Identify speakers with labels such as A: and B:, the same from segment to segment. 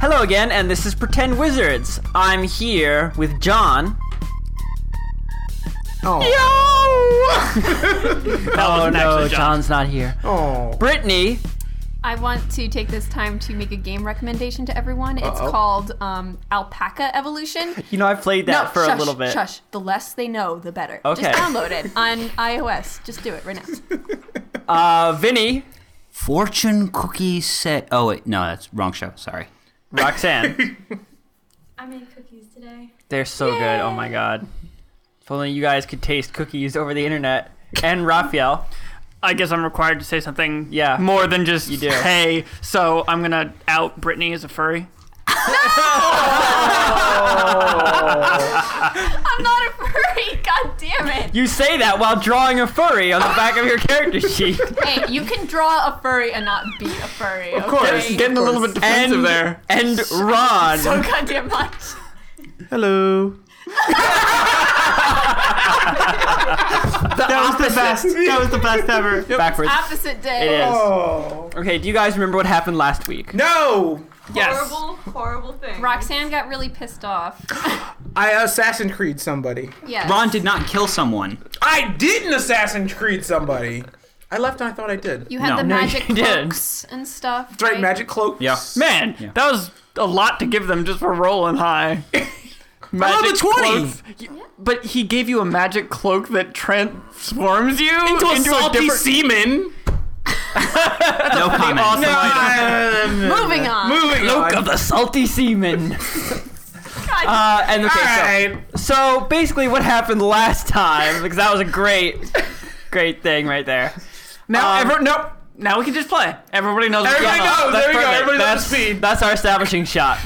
A: Hello again, and this is Pretend Wizards. I'm here with John.
B: Oh,
C: That
A: Oh
C: wasn't
A: no,
C: actually
A: John's not here.
B: oh.
A: Brittany,
D: I want to take this time to make a game recommendation to everyone. It's called um, Alpaca Evolution.
A: you know I played that for
D: shush,
A: a little bit.
D: Shush. The less they know, the better.
A: Okay.
D: Just download it on iOS. Just do it right now.
A: Uh, Vinny,
C: Fortune cookie set. Oh wait, no, that's wrong show. Sorry.
A: Roxanne,
E: I made cookies today.
A: they're so good. Oh my god! If only you guys could taste cookies over the internet. And Raphael,
F: I guess I'm required to say something
A: Yeah.
F: more than just
A: You do.
F: hey. So I'm gonna out Brittany as a furry.
D: I'm not a furry. God damn it.
A: you say that while drawing a furry on the back of your character sheet.
D: Hey, you can draw a furry and not be a furry. Of
B: It's getting a little bit defensive
A: And
B: there.
A: and Ron,
D: So goddamn much.
B: Hello.
C: That was the best. That was the best ever.
A: backwards.
D: Opposite day.
A: It is.
B: Oh.
A: Okay, do you guys remember what happened last week?
B: No!
E: Horrible, horrible thing.
D: Roxanne got really pissed off.
B: I Assassin Creed somebody.
D: Yes.
C: Ron did not kill someone.
B: I didn't Assassin Creed somebody. I left and I thought I did.
D: You had
C: No.
D: the
C: No,
D: magic
A: you didn't.
D: cloaks and stuff.
B: That's right, magic cloak.
C: Yeah.
F: Man,
C: Yeah.
F: that was a lot to give them just for rolling high.
B: Another 20.
F: cloak. But he gave you a magic cloak that transforms you into
B: a salty
F: semen.
C: No comment.
D: Moving on.
B: Moving
A: Look
B: on.
A: of the salty semen.
D: God,
A: Uh, and okay, so-
B: Alright.
A: so, basically, what happened last time? Because that was a great, great thing right there.
F: Now
A: Um,
F: ever nope. Now we can just play. Everybody knows. what's
B: Everybody
F: going on.
B: knows.
A: That's
B: there we go.
A: perfect.
B: Everybody's up to
A: that's,
B: speed.
A: that's our establishing shot.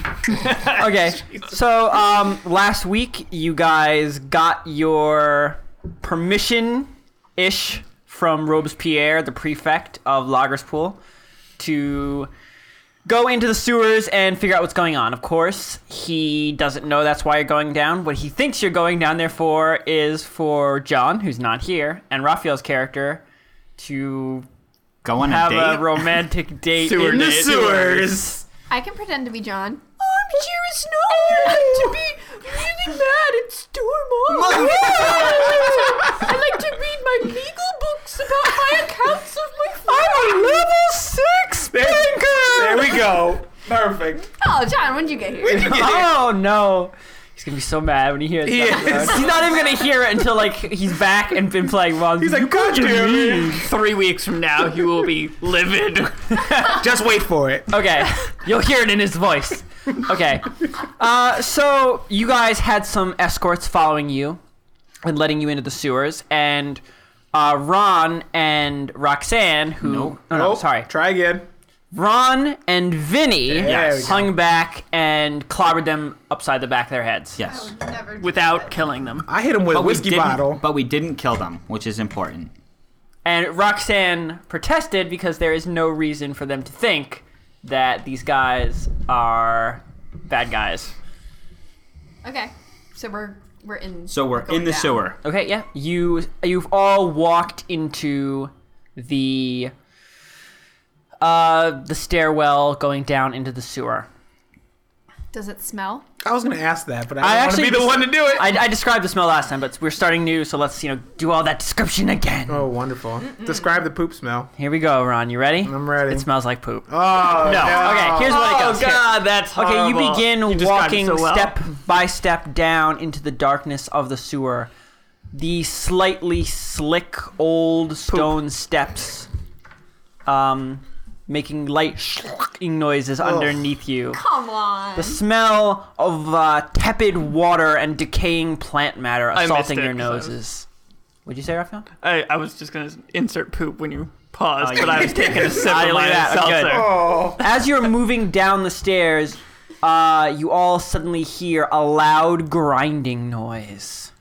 A: okay, so um, last week you guys got your permission ish from Robespierre, the prefect of Lagerspool, to go into the sewers and figure out what's going on. Of course, he doesn't know that's why you're going down. What he thinks you're going down there for is for John, who's not here, and Raphael's character to
C: Go on
A: have
C: a
A: a,
C: date.
A: romantic date
F: Sewer
A: in the
F: date.
A: sewers.
D: I can pretend to be John.
A: to be really mad at Storm. I like to read my legal books about my accounts of my. I'm a level six banker.
B: There we go. Perfect.
D: Oh, John, when would you get here?
A: Oh no. He's gonna be so mad when he hears
B: He
A: that.
B: is.
A: He's not even gonna hear it until like he's back and been playing Ron.
B: He's like, God damn it.
F: Three weeks from now, he will be livid.
B: Just wait for it.
A: Okay, you'll hear it in his voice. Okay, uh, so you guys had some escorts following you and letting you into the sewers, and uh, Ron and Roxanne, who
C: Nope.
A: oh, no,
B: Oh,
A: sorry,
B: Try again.
A: Ron and Vinny
B: There we go.
A: hung back and clobbered them upside the back of their heads.
C: yes.
E: Never.
F: without killing them.
B: I hit him with a
C: But we
B: whiskey
C: didn't-
B: bottle.
C: But we didn't kill them, which is important.
A: And Roxanne protested because there is no reason for them to think that these guys are bad guys.
D: Okay, so we're we're in.
C: So we're in the
D: down.
C: sewer.
A: Okay, yeah. You you've all walked into the uh the stairwell going down into the sewer.
D: Does it smell?
B: I was going to ask that, but
A: I
B: I, don't want to
A: actually
B: be the
A: just-
B: one to do it.
A: I, I described the smell last time, but we're starting new, so let's you know do all that description again.
B: oh, wonderful. Describe the poop smell.
A: Here we go, Ron. You ready?
B: I'm ready.
A: It smells like poop.
B: Oh, no.
A: Okay, here's what it
F: Oh
A: goes. Here.
F: God, that's horrible.
A: Okay, you begin
F: described it
A: walking
F: so well.
A: step by step down into the darkness of the sewer. The slightly slick old stone steps, um, making light shlocking noises underneath you.
D: Come on.
A: The smell of uh, tepid water and decaying plant matter
F: missed
A: assaulting
F: it
A: your
F: 'cause I was-
A: noses. Would you say, Raphael?
F: I, I was just gonna insert poop when you paused,
C: you
F: but I was taking a sip
A: I
F: of my
A: like that. I'm good.
F: seltzer.
B: Oh.
A: As you're moving down the stairs, uh, you all suddenly hear a loud grinding noise.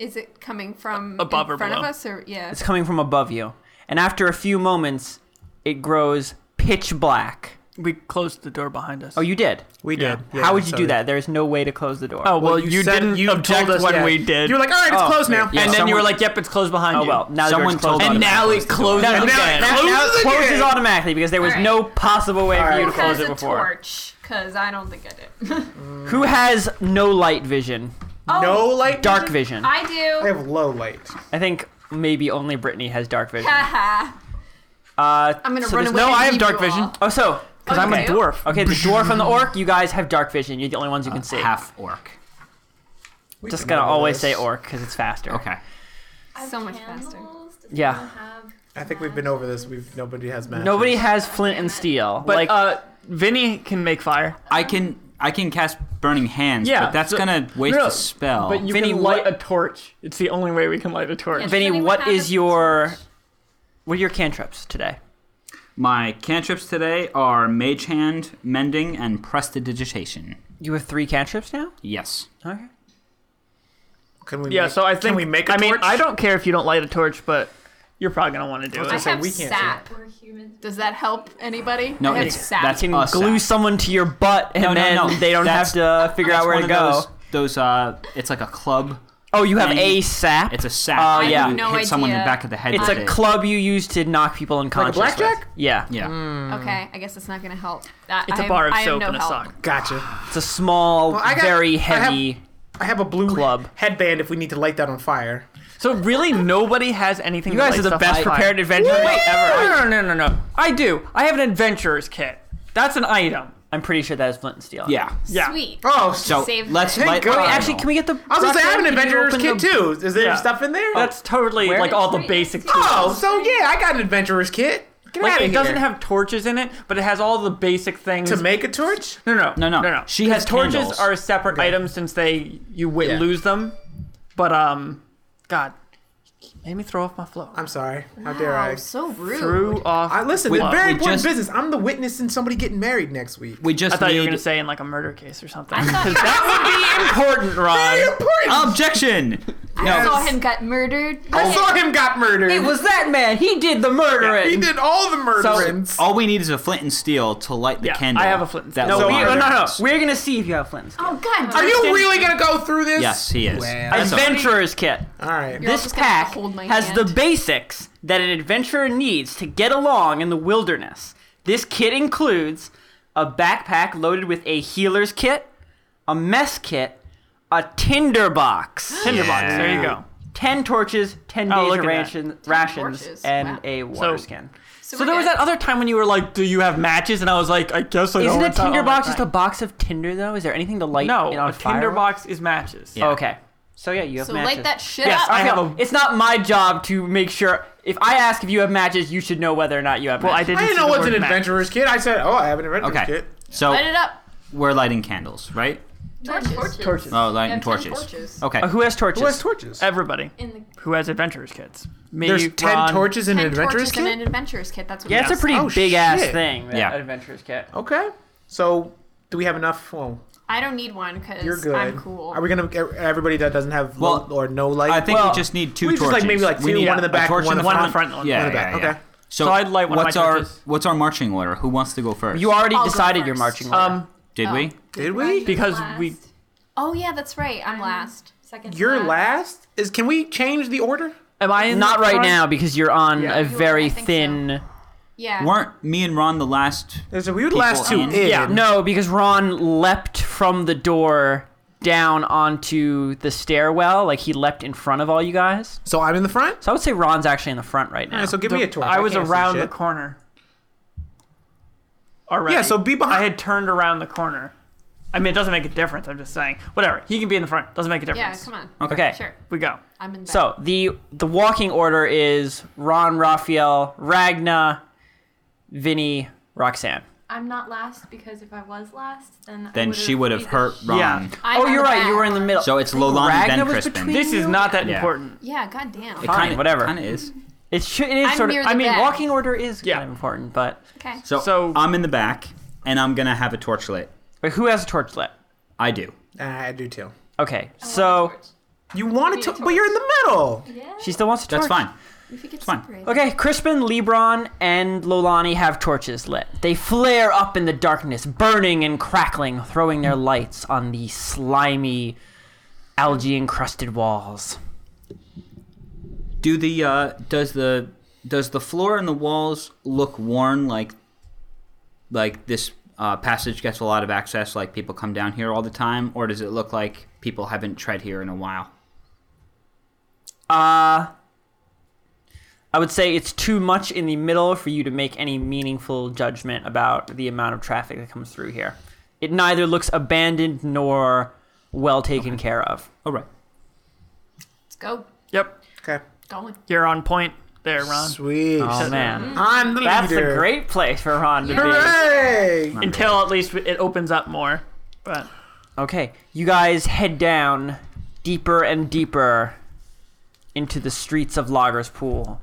D: Is it coming from
F: Above
D: in
F: or
D: front of
F: below?
D: us or yeah?
A: It's coming from above you. And after a few moments, it grows pitch black.
F: We closed the door behind us.
A: Oh, you did.
G: We
F: Yeah.
G: did. Yeah,
A: How would you
G: so-
A: do that? There's no way to close the door.
F: Oh well,
B: Well,
F: you,
B: you said-
F: didn't
B: you told
F: object
B: us,
F: when
B: yeah.
F: we did.
B: You were like, all right, it's
A: Oh,
B: closed now. and
C: Yeah, someone-
B: then you were like,
C: "Yep, it's closed behind
A: Oh,
C: you."
A: well, now the
C: someone
A: door's closed
C: told
A: automatically.
F: and
C: me.
F: now it closes.
A: No, no,
F: again.
A: now,
B: it
A: now, now
B: closes
A: it closes
B: again.
A: automatically because there was
D: Alright.
A: no possible way for you to
D: Who has
A: close
D: a
A: it before.
D: torch? Because I don't think I did.
A: Who has no light vision?
B: no light.
A: Dark vision. I,
D: Oh, I
B: I
D: do.
B: have low light.
A: think maybe only Brittany has dark vision.
D: Haha.
A: Uh,
D: I'm gonna
A: so
D: run
A: there's
D: away.
F: no,
D: and
F: I have
D: leave
F: dark
D: you all.
F: vision.
A: Oh, so
F: Because I'm a
D: Okay.
F: dwarf.
A: okay, the dwarf and the orc. You guys have dark vision. You're the only ones who can see.
C: Uh, Half orc.
B: We
A: Just
B: can
A: gonna
B: handle
A: always
B: this.
A: say orc because it's faster.
C: Okay.
D: So much faster.
E: Candles? Does
A: Yeah.
E: anyone have-
B: I think we've been over this. We've nobody has matches.
A: Nobody has flint and steel.
F: But
A: like
F: uh, Vinny can make fire.
C: I can I can cast burning hands,
F: Yeah,
C: but that's
F: so-
C: gonna waste
F: no,
C: a spell.
F: But you
A: Vinny,
F: can light
A: what-
F: a torch. It's the only way we can light a torch.
D: Yeah.
A: Vinny,
D: Anyone
A: what
D: have
A: is
D: a
A: your what are your cantrips today?
C: My cantrips today are mage hand, mending, and prestidigitation.
A: You have three cantrips now.
C: Yes.
A: Okay.
B: Can we?
F: Yeah,
B: make,
F: so I
B: can
F: think
B: we make a
F: I mean,
B: torch?
F: I don't care if you don't light a torch, but you're probably gonna want to do
B: I was
F: it.
D: I
B: So
D: have
B: we can't
D: sap.
E: We're humans.
D: Does that help anybody?
C: No,
D: I have
C: it's-
D: sap.
A: You
C: that's-
A: can
C: Us
A: glue
C: out.
A: someone to your butt, and
C: Uh, Oh, No, no,
A: then
C: no.
A: they don't
C: That's-
A: have to figure out
C: It's
A: where
C: one
A: to
C: of
A: go.
C: Those, those uh, it's like a club.
A: oh, you have
C: And
A: a sap.
C: It's a sack.
A: Oh,
C: that
A: yeah.
C: You
D: No
C: hit someone in the
D: idea.
C: back of the head.
A: It's
C: with
A: a
C: it.
A: club you use to knock people unconscious. with.
B: blackjack?
A: Yeah.
C: Yeah.
D: Okay, I guess that's not gonna help. That,
F: It's
D: a
F: a bar of
D: I have
F: soap
D: no
F: and a
D: help.
F: sock.
B: Gotcha.
A: It's a small,
B: I got-
A: very
B: I have-
A: heavy.
B: I have a blue
A: Club.
B: headband. If we need to light that on fire,
F: So really, nobody has anything.
A: you guys are the best prepared adventure ever.
F: No, no, no, no, no. I do. I have an adventurer's kit. That's an item.
A: I'm pretty sure that is flint and steel.
C: Yeah.
F: Yeah.
D: Sweet.
B: Oh, so-
C: So
D: Save
C: let's
D: that.
C: light.
B: Thank God.
A: Actually, can we get the?
B: I was gonna say I have an adventurer's kit too. Is there
F: Yeah.
B: stuff in there?
F: That's totally
A: Where?
F: like all the
E: Right,
F: basic.
E: it's-
F: tools.
B: oh, so yeah, I got an adventurer's kit. Get
F: Like
B: out of
F: it
B: here.
F: doesn't have torches in it, but it has all the basic things.
B: to make a torch.
F: no, no,
C: No, no.
F: no, no.
C: She has
F: torches
C: candles.
F: are a separate item since they you w-
B: Yeah.
F: lose them. But um, God, you made me throw off my flow.
B: I'm sorry. How dare I?
D: Wow, so rude.
F: threw off.
B: I listen.
C: We-
B: it's very
C: we
B: important
C: just-
B: business. I'm the witness in somebody getting married next week.
C: We
F: I
C: just
F: thought
C: need
F: you were gonna say in like a murder case or something.
D: I thought-
F: that would be important, Ron.
B: important.
C: objection.
D: I
C: No.
D: saw him get murdered.
C: Oh.
B: I saw him got murdered.
A: It was that man. He did the murdering.
B: he did all the murderings.
C: All we need is a flint and steel to light the
F: Yeah,
C: candle.
F: I have a flint and
C: that
F: steel.
A: No,
C: will
A: we,
C: light
A: no,
C: the
A: Oh, no, no.
C: house.
A: We're gonna see if you have flint. and steel.
D: Oh God!
B: Are you really gonna go through this?
C: Yes, he is.
B: Wow.
C: That's a-
A: Adventurer's kit.
B: All right.
D: You're all
A: This
D: just gonna have
A: pack
D: to hold my
A: has
D: hand.
A: the basics that an adventurer needs to get along in the wilderness. This kit includes a backpack loaded with a healer's kit, a mess kit, a tinderbox,
F: Tinderbox. There you go.
A: ten torches, ten
F: Oh,
A: days
F: look
A: of
F: at that.
A: ration, rations,
D: torches,
A: and
D: wow.
A: a water
F: So-
A: skin.
F: So there was that other time when you were like, "Do you have matches?" And I was like, "I guess I don't."
A: Isn't a
F: It's not on my
A: tinderbox just a
F: time.
A: box of tinder though? Is there anything to light
F: no?
A: it on
F: a
A: fire?
F: tinderbox is matches.
C: Yeah.
A: okay. So yeah, you have
D: So
A: matches.
D: light that shit
F: Yes,
D: up.
F: I
A: I
F: have
A: have
F: a-
A: It's not my job to make sure. If I ask if you have matches, you should know whether or not you have.
F: Well, I
A: matches.
F: didn't.
B: I didn't
F: see
B: know
F: the
B: what's
F: word
B: an
F: match.
B: adventurer's kit. I said, oh, I have an adventurer's
C: Okay.
B: kit.
C: So
D: Light it up.
C: we're lighting candles, right?
D: Torches.
F: Torches.
C: Oh,
E: I
C: lighting
E: have
C: torches.
E: 10 torches.
C: Okay.
A: Uh, who has torches?
B: Who has torches?
F: Everybody
E: In the
F: who has adventurers kits. Me,
B: There's ten
F: Ron,
B: torches in an
D: Ten
B: adventurer's
D: torches
B: kit.
D: and an adventurer's kit. That's what.
A: yeah, it's a
D: it
A: pretty
B: Oh,
A: big ass
B: shit.
A: thing. That
C: Yeah.
A: adventurer's kit.
B: okay. So, do we have enough? Well,
D: is. I don't need one
B: you're
D: because
B: good.
D: I'm cool.
B: Are we gonna everybody that doesn't have low
C: Well,
B: or no light?
C: I think
A: Well,
C: we just need two
B: we
C: torches.
B: just like maybe like
C: We
B: two,
C: need
B: one in the
C: a
B: back,
C: torch
B: one in the
F: one in the
B: front.
F: front, and one
C: Yeah,
F: in the
B: back.
C: yeah, yeah.
B: Okay.
C: So,
F: I'd light one of
C: what's
F: my
C: our
F: torches.
C: what's our marching order? Who wants to go first?
A: You already
D: I'll go
A: decided your
D: first.
A: marching order.
F: Um,
C: Did we?
B: Did
E: Ryan's
B: we?
F: Because
E: last,
F: we-
D: Oh yeah, that's right. I'm last.
E: Second
B: Your last is. Can we change the order?
F: am I in
A: not
F: the
A: right
F: front?
A: now because you're on
F: Yeah.
A: a
F: You
D: are,
A: very
D: I think so.
A: thin.
D: Yeah.
C: Weren't me and Ron the last?
B: There's a we would last two
C: People
B: in.
C: in.
F: Yeah,
A: No, because Ron leapt from the door down onto the stairwell. Like he leapt in front of all you guys.
B: So I'm in the front.
A: So I would say Ron's actually in the front right now.
B: All right, so give me a torch.
F: I was
B: can't see
F: around the
B: shit.
F: corner. Already.
B: Yeah, so be behind.
F: I had turned around the corner. I mean, it doesn't make a difference. I'm just saying. Whatever. He can be in the front. Doesn't make a
D: Yeah.
F: difference.
D: Come on.
A: okay.
D: Sure.
F: We go.
D: I'm in. Back.
A: So the the walking order is Ron, Raphael, Ragna, Vinny, Roxanne.
E: I'm not last because if I was last, then I
C: Then she would have
E: beat
C: hurt
E: the sh-
C: Ron.
F: Yeah.
D: I'm
A: oh,
D: on
A: you're
D: the
A: right.
D: back.
A: You were in the middle.
C: So it's Lolan
A: Ragna
C: and Ben
A: was
C: Crispin.
A: between
F: This is not that
C: Yeah.
F: important.
D: Yeah, goddamn.
C: It
A: fine,
C: kinda-
A: whatever.
C: Kinda is.
A: It should. It is
D: I'm
A: sort
D: near
A: of.
D: the
A: I mean,
D: back.
A: walking order is
F: Yeah.
A: kind of important, but
D: okay.
C: So,
F: So-
C: I'm in the back, and I'm gonna have a torch lit.
A: wait, who has a torch lit?
C: I do.
B: Uh, I do too.
A: Okay, so
B: You wanted
E: me
B: to,
E: a
B: but you're in the middle.
E: Yeah.
A: she still wants a torch.
C: That's fine.
D: We could get
C: fine.
D: separated.
A: Okay, Crispin, Lebron, and Lolani have torches lit. They flare up in the darkness, burning and crackling, throwing their lights on the slimy, algae encrusted walls.
C: Do the uh, does the does the floor and the walls look worn like like this uh, passage gets a lot of access like people come down here all the time or does it look like people haven't tread here in a while?
A: I would say it's too much in the middle for you to make any meaningful judgment about the amount of traffic that comes through here. It neither looks abandoned nor well taken care of.
C: All right.
D: Let's go.
F: Yep.
B: Okay.
D: Going.
F: You're on point there, Ron.
B: Sweet.
A: Oh man,
B: I'm the
A: that's a
B: leader.
A: great place for Ron to be.
B: Hooray!
D: Mm.
F: Until at least it opens up more. But
A: Okay, you guys head down deeper and deeper into the streets of Logger's Pool.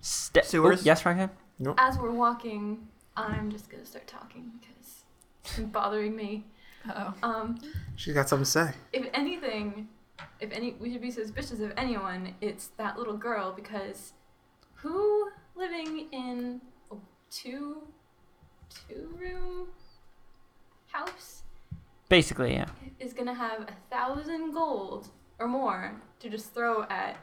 A: Ste-
F: Sewers?
A: Oh, yes, Rockham?
E: As we're walking, I'm just gonna start talking because it's been bothering me.
D: Oh,
E: Um,
B: She's got something to say.
E: if anything, if any, we should be suspicious of anyone. It's that little girl because who living in a two two room house
A: Basically, yeah.
E: is gonna have a thousand gold or more to just throw at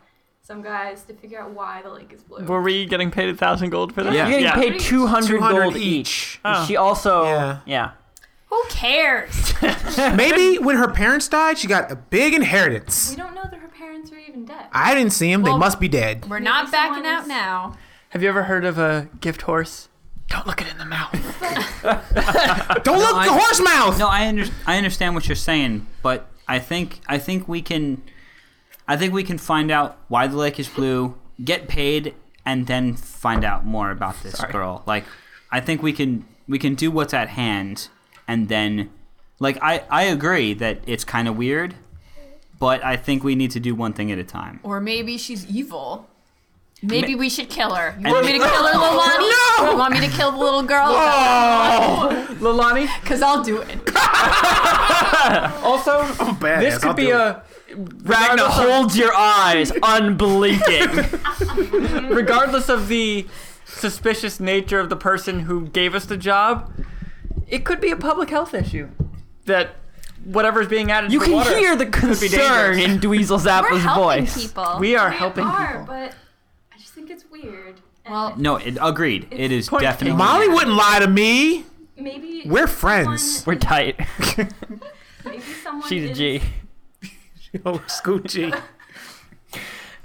E: some guys to figure out why the lake is blue.
F: were we getting paid a thousand gold for this?
C: Yeah.
A: You're getting paid
E: Each.
A: 200,
B: 200
A: gold
B: each.
A: each.
F: Oh.
A: She also,
B: Yeah.
A: yeah.
D: who cares?
B: Maybe when her parents died, she got a big inheritance.
E: we don't know that her parents are even dead.
B: I didn't see them. they
D: Well-
B: must be dead.
D: We're
E: Maybe
D: not backing
E: someone
D: out
E: is-
D: now.
F: Have you ever heard of a gift horse? Don't look it in the mouth.
B: Don't look the
C: I-
B: horse mouth.
C: No, I under- I understand what you're saying, but I think I think we can I think we can find out why the lake is blue, get paid, and then find out more about this girl. Like I think we can we can do what's at hand and then like I, I agree that it's kinda weird, but I think we need to do one thing at a time.
D: Or maybe she's evil. Maybe we should kill her. You
C: And-
D: want me to kill her, Lolani? You want me to kill the little girl?
A: Lilani,
D: Because I'll do it.
A: also,
B: Badass,
A: this
B: I'll
A: could be
B: do it.
A: a. Ragna holds your eyes unblinking.
F: Regardless of the suspicious nature of the person who gave us the job, it could be a public health issue. That whatever's being added
A: you
F: to
A: can
F: the water.
A: hear the
F: be
A: concern
F: dangerous.
A: in Dweezil
D: We're
A: Zappa's
D: helping
A: voice.
D: people.
F: we are helping
E: are,
F: people.
E: but I just think it's weird. And
D: Well,
C: No, it, agreed. It is
F: Point
C: definitely
B: Molly wouldn't lie to me.
E: maybe
B: We're
E: someone-
B: friends.
A: We're tight.
E: Maybe someone
A: She's a
E: is,
A: G.
B: Oh, Scoochie.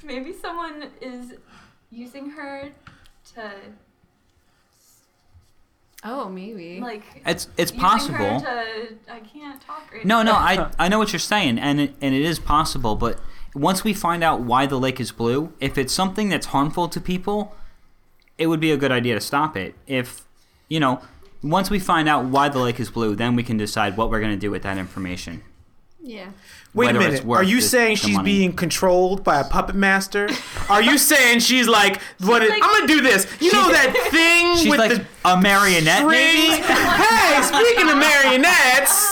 E: Maybe someone is using her to
D: Oh, maybe.
E: like.
C: It's it's
E: using
C: possible.
E: Her to, I can't talk right
C: No, no,
E: now.
C: I I know what you're saying, and it, and it is possible. But once we find out why the lake is blue, if it's something that's harmful to people, it would be a good idea to stop it. If you know, once we find out why the lake is blue, then we can decide what we're going to do with that information.
D: Yeah.
B: Wait a
C: Whether it's
B: minute.
C: worth
B: Are you
C: the-
B: saying
C: the
B: she's
C: money.
B: being controlled by a puppet master? Are you saying she's like, what? it- I'm gonna do this. You know that thing
C: She's
B: with
C: like
B: the
C: a marionette,
B: rings?
C: maybe.
B: hey, speaking of marionettes,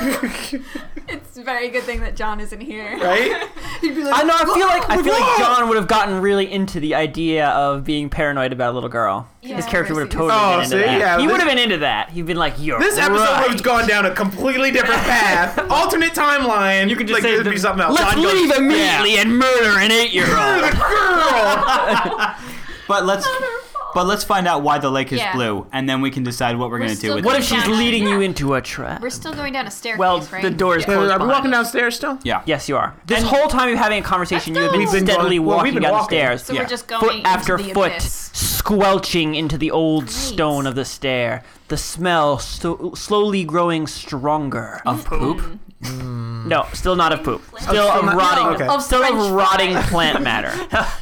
D: It's a very good thing that John isn't here.
B: right?
A: I know. I feel like I feel like John would have gotten really into the idea of being paranoid about a little girl. His character would have totally
B: Oh,
A: been into
B: see?
A: that.
B: Yeah,
A: he
B: this-
A: would have been into that. He'd been like, "You're
B: This episode would
A: right.
B: have gone down a completely different path, alternate timeline. You
F: could just
B: like,
F: say
B: it'd
F: the-
B: be something else.
A: Let's
B: John goes,
A: leave immediately and murder an eight-year-old."
B: Girl,
C: But let's but let's find out why the lake is
D: Yeah.
C: blue, and then we can decide what we're, going to
D: still
C: do with
A: what
C: it.
A: if she's
D: Yeah.
A: leading you into a trap?
D: We're still going down a staircase,
F: Well,
D: right?
F: the door is closed.
B: are we
F: behind
B: walking
F: us.
B: downstairs still?
C: Yeah.
A: Yes, you are. This whole time you're having a conversation, you have been
D: We've been
A: steadily
B: going- well, we've
A: walking
B: been
A: down the
B: walking.
A: stairs,
D: So
C: Yeah.
D: we're just going
A: foot
D: into
A: after
D: the
A: foot,
D: abyss.
A: squelching into the old stone of the stair. The smell sto- slowly growing stronger.
C: Of poop.
A: No, still not of poop. Still
B: still
A: of
B: not-
A: rotting,
B: no, okay.
A: of still
D: French
A: of
D: fries.
A: rotting plant matter.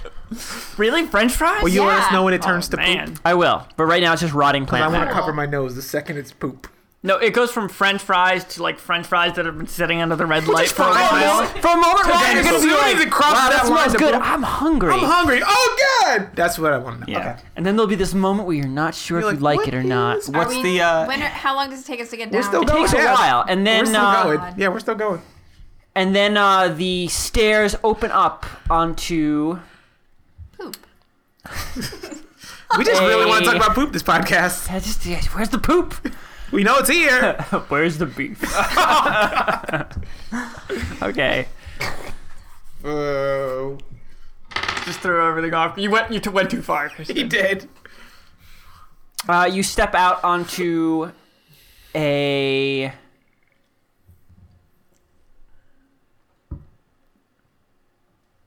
F: Really, French fries?
B: Will you let us
D: Yeah.
B: know when it turns to
F: Oh, Man.
B: poop?
A: I will, but right now it's just rotting
B: I
A: plant
B: want
A: matter.
B: to cover my nose the second it's poop.
F: No, it goes from French fries to like French fries that have been sitting under the red light for a
B: fries.
F: while.
A: For a moment, Ryan, you're gonna
B: so
A: be
B: you
A: like,
B: need to cross
A: "Wow,
B: that
A: that smells
B: line to
A: good.
B: prove-
A: I'm hungry."
B: I'm hungry. Oh God! That's what I want to know.
C: Yeah.
B: Okay.
A: and then there'll be this moment where you're not sure
B: You're
A: if you like
B: what
A: it or not.
B: is-
A: It
C: What's
D: Are we-
C: the uh,
D: when are- how long does it take us to get down?
B: We're still
D: It
B: going.
A: takes a
B: Yeah.
A: while, and
B: We're
A: then
B: still
A: uh,
B: going. Yeah, we're still going.
A: and then uh, the stairs open up onto
B: We just really want to
A: Hey.
B: talk about poop this podcast.
A: I just, yeah, where's the poop?
B: We know it's here.
A: where's the beef? okay.
B: Oh,
F: Just threw everything off. You went you t- went too far.
B: he did.
A: Uh, you step out onto a.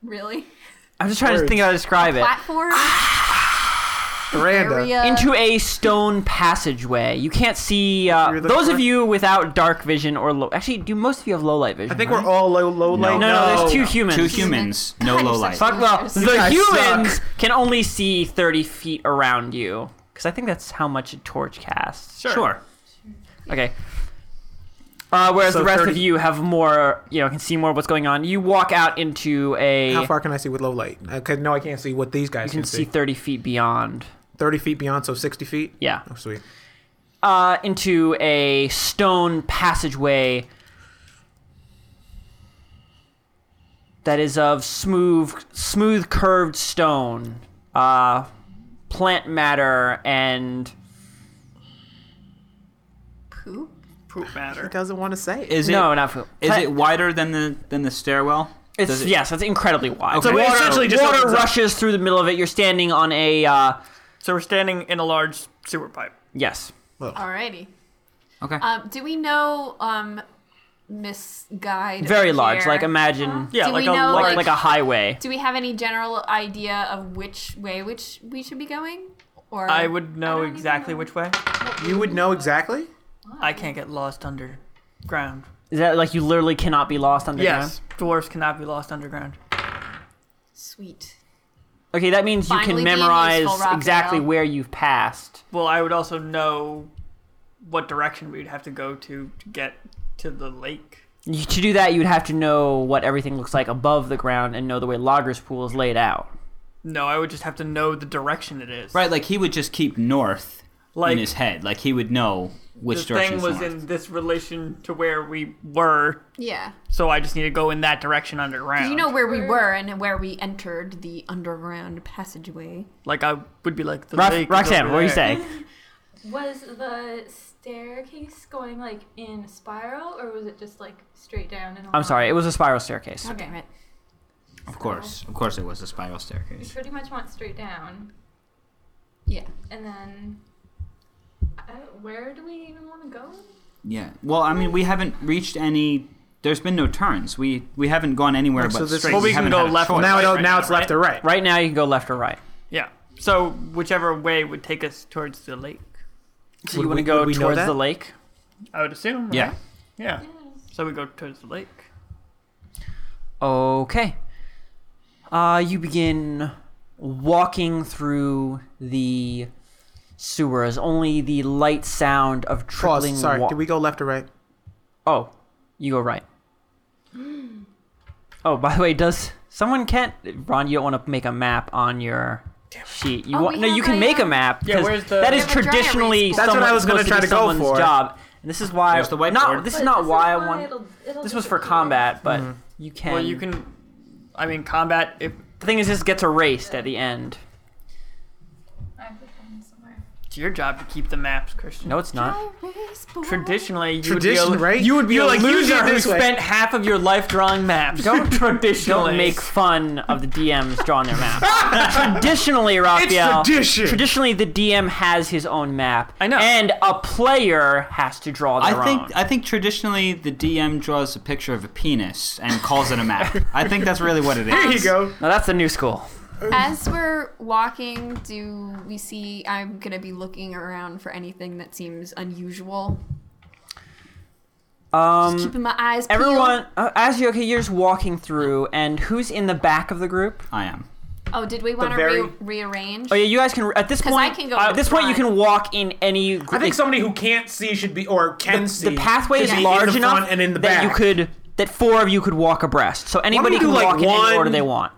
D: Really?
A: I'm just trying to think how to describe it.
D: Platform
B: Miranda.
D: area.
A: into a stone passageway. You can't see. Uh,
B: Through the
A: those of
B: cor-
A: you without dark vision or low. Actually, do most of you have low light vision?
B: I think we're all low, low
C: No.
B: light.
A: No, no, there's two humans.
C: Two humans, no
D: God,
C: low
D: you're
C: light.
D: such a-
A: Fuck well,
D: Yes.
A: the
B: guys
A: humans
B: suck.
A: can only see 30 feet around you. Because I think that's how much a torch casts.
C: Sure.
A: Okay. Uh, whereas
B: So
A: the rest
B: 30
A: of you have more, you know, can see more of what's going on. You walk out into a.
B: How far can I see with low light? Because no, I can't see what these guys
A: You
B: can,
A: can see 30 feet beyond.
B: Thirty feet beyond, so sixty feet.
A: Yeah.
B: Oh, sweet.
A: uh, into a stone passageway that is of smooth, smooth curved stone, uh, plant matter, and
D: poop.
F: Poop
B: He
F: matter.
B: doesn't want to say it.
C: Is it?
A: no, not food.
C: Is it wider than the than the stairwell?
A: It's
C: does it-
A: yes, it's incredibly wide.
C: Okay. So
A: water,
C: it
B: essentially just
A: water
B: opens up.
A: rushes through the middle of it. You're standing on a uh,
F: So we're standing in a large sewer pipe.
A: yes.
D: Alrighty.
C: Okay.
D: Um, do we know um, misguide?
A: Very
D: over
A: large,
D: here? Uh-huh. Oh,
A: like imagine
F: Yeah,
D: Do
F: like
D: we
F: a
D: know,
F: large-
A: like, a highway.
D: Do we have any general idea of which way which we should be going? Or
F: I would know
E: don't even
F: exactly
E: know.
F: which way.
B: You would know exactly.
F: I can't get lost underground.
A: Is that like you literally cannot be lost underground?
F: Yes, dwarves cannot be lost underground.
D: Sweet.
A: Okay, that means you
D: Finally
A: can
D: being useful,
A: memorize
D: Raphael.
A: exactly where you've passed.
F: Well, I would also know what direction we'd have to go to to get to the lake.
A: You- To do that, you would have to know what everything looks like above the ground and know the way Logger's Pool is laid out.
F: No, I would just have to know the direction it is.
C: right. Like he would just keep north
F: Like
C: in his head. Like he would know
F: the
C: which direction.
F: thing was in this relation to where we were,
D: Yeah.
F: so I just need to go in that direction underground.
D: You know where we were and where we entered the underground passageway.
F: like I would be like the
A: Rox-
F: lake. is
A: Roxanne,
F: over
A: what do you
F: there.
A: say?
E: Was the staircase going like in a spiral, or was it just like straight down? And
A: I'm sorry, it was a spiral staircase.
D: God damn it.
C: Of course, of course, it was a spiral
E: You
C: staircase.
E: pretty much want straight down,
D: Yeah.
E: and then I, where do we even want to go?
C: Yeah. Well, I mean, we haven't reached any. There's been no turns. We we haven't gone anywhere
B: so
C: but
B: this-
C: straight.
B: Well, we can
C: haven't
F: go
C: had a
F: left
C: choice.
B: now,
F: right,
B: it,
F: right,
B: now it's
F: right.
B: left or right.
A: Right now, you can go left or right.
F: Yeah. So whichever way would take us towards the lake,
A: So
B: Would
A: you want
B: we-
A: to go
B: would we know
A: towards
B: that?
A: the lake?
F: I would assume. right?
C: Yeah.
F: Yeah. So we go towards the lake.
A: Okay. Uh, you begin walking through the sewers. Only the light sound of trickling
B: Pause. Sorry.
A: wa-
B: Did we go left or right?
A: Oh, you go right. oh, by the way, does someone can't Ron? You don't want to make a map on your sheet. You
D: Oh,
A: want
D: we
A: no?
D: have
A: You can
D: a,
A: make a
D: um,
A: map.
F: Yeah,
A: 'cause
F: where's the-
A: That
F: We
A: is
D: have a giant
A: traditionally
D: erase board.
B: That's what I
A: someone-
B: was gonna
A: supposed
B: try
A: be
B: to go
A: someone's
B: for.
A: job. And this is why.
C: Where's the whiteboard?
A: Not this is
E: But
A: not why I
E: why
A: want.
E: it'll- it'll
A: This
E: be
A: was for
E: confusing.
A: combat, but you can.
F: Well, you can. I mean, combat. If
A: The thing is, this gets erased at the end.
E: I put them somewhere.
F: it's your job to keep the maps, Christian.
A: No, it's not.
F: Traditionally, you
B: Tradition,
F: would be a,
B: right?
F: You would be
B: You're
F: a
B: like, you
F: loser
B: did
F: who
B: this way.
F: spent half of your life drawing maps.
A: Don't-
F: traditionally
A: Don't make fun of the DMs drawing their map. traditionally, Raphael.
B: tradition.
A: Traditionally, the DM has his own map.
F: I know.
A: And a player has to draw their
C: I think
A: own.
C: I think traditionally the DM draws a picture of a penis and calls it a map. I think that's really what it is.
B: There you go.
A: Now that's the new school.
D: As we're walking, do we see? I'm gonna be looking around for anything that seems unusual.
A: Um,
D: Keeping my eyes peeled.
A: everyone, uh, as you okay, you're just walking through, and who's in the back of the group?
C: I am.
D: Oh, did we want to
B: very-
D: re- rearrange?
A: Oh yeah, you guys can. At this
D: 'Cause
A: point,
D: I can go
A: at
D: in
A: this point, you
D: front.
A: can walk in any. Group.
B: I think somebody who can't see should be, or can see.
A: the pathway is
B: should be in
A: large
B: the
A: enough
B: front and in the
A: that
B: back.
A: you could that four of you could walk abreast. So anybody
B: do,
A: can
B: like,
A: walk in any
B: one-
A: order they want.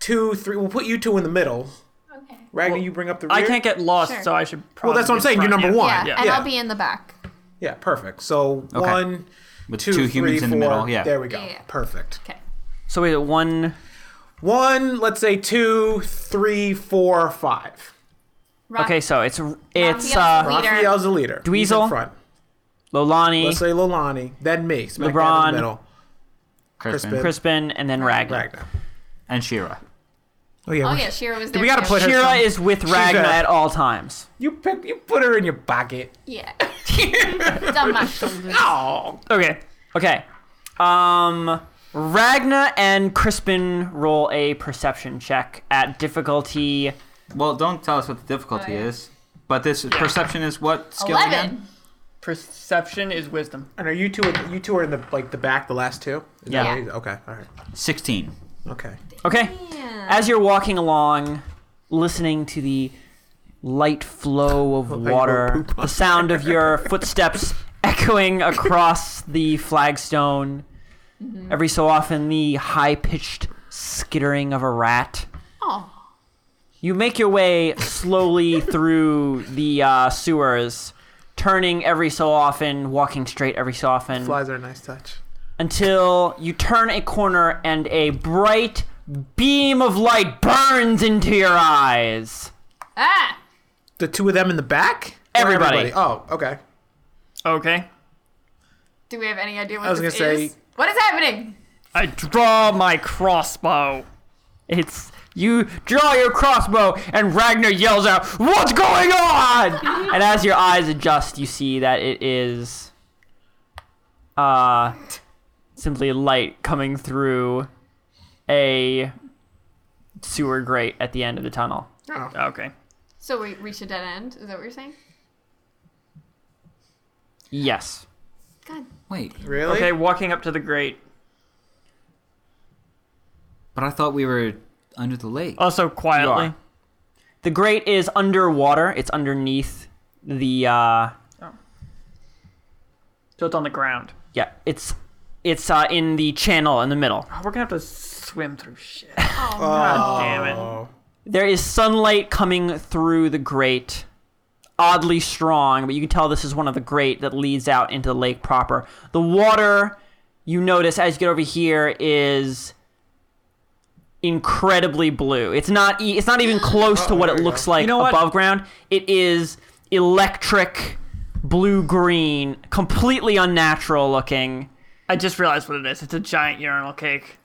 B: two, three. We'll put you two in the middle.
E: Okay.
B: Ragnar, you bring up the rear.
F: I can't get lost,
D: Sure.
F: so I should. Probably
B: Well, that's what I'm saying. You're number one.
D: yeah,
F: yeah.
D: and
B: Yeah.
D: I'll be in the back.
B: Yeah, perfect. So one,
C: With
B: two,
C: two humans
B: three,
C: in the
B: four.
C: middle, yeah.
B: There we go.
D: Yeah, yeah.
B: Perfect.
D: Okay.
A: So wait, one,
B: One, let's say two, three, four, five.
D: Rock-
A: Okay, so it's it's
D: Raphael's
A: uh,
D: lead. Leader.
B: Raphael's the leader. He's
A: Dweezil.
B: in front. Let's
A: Lolani,
B: say Lolani. Then me. Smack dab
A: LeBron.
B: In the middle.
C: Crispin.
B: Crispin.
A: Crispin, and then Ragnar.
B: Ragnar.
C: and Shira.
B: Oh yeah.
D: Oh
B: we're-
D: yeah, Shira was there.
B: we gotta
D: too.
B: put her-
A: Shira is with Ragnar
B: a-
A: at all times.
B: You pick. You put her in your pocket.
D: Yeah. Down my shoulders.
B: Oh.
A: Okay. Okay. Um, Ragna and Crispin roll a perception check at difficulty.
C: Well, don't tell us what the difficulty
E: Oh, yeah.
C: is. But this perception is what skill again?
D: Eleven.
F: Perception is wisdom.
B: And are you two? You two are in the like the back. The last two. Is that
A: Yeah.
B: what you- Okay. All right.
C: Sixteen.
B: Okay.
A: Okay. As you're walking along, listening to the light flow of
B: you will
A: water,
B: poop on
A: the sound of your footsteps echoing across the flagstone. Every so often, the high pitched skittering of a rat.
D: Oh.
A: You make your way slowly through the uh, sewers, turning every so often, walking straight every so often,
B: Flies are a nice touch.
A: until you turn a corner and a bright beam of light burns into your eyes.
D: Ah.
B: The two of them in the back. Or
A: Everybody.
B: Oh. Okay.
F: Okay.
D: Do we have any idea what
B: I was
D: this
B: gonna
D: is?
B: say-
D: What is happening?
F: I draw my crossbow.
A: Oh It's you draw your crossbow, and Ragnar yells out, "What's going on?" and as your eyes adjust, you see that it is, uh, simply light coming through a sewer grate at the end of the tunnel.
B: Oh.
F: Okay.
D: So we reached a dead end. Is that what you're saying?
A: Yes.
D: God.
C: Wait,
B: Really?
F: Okay, walking up to the grate.
C: but I thought we were under the lake.
F: Also
A: You
F: quietly.
A: are. The grate is underwater. It's underneath the uh,
F: So it's on the ground.
A: yeah. It's it's uh, in the channel in the middle.
F: Oh, we're gonna have to swim through shit.
B: Uh,
D: Oh.
F: God damn it.
B: Oh.
A: There is sunlight coming through the grate, oddly strong, but you can tell this is one of the grate that leads out into the lake proper. The water, you notice as you get over here, is incredibly blue. It's not e- it's not even close
F: Oh,
A: to what it looks like
F: You know what?
A: above ground. It is electric blue green, completely unnatural looking.
F: I just realized what it is. It's a giant urinal cake.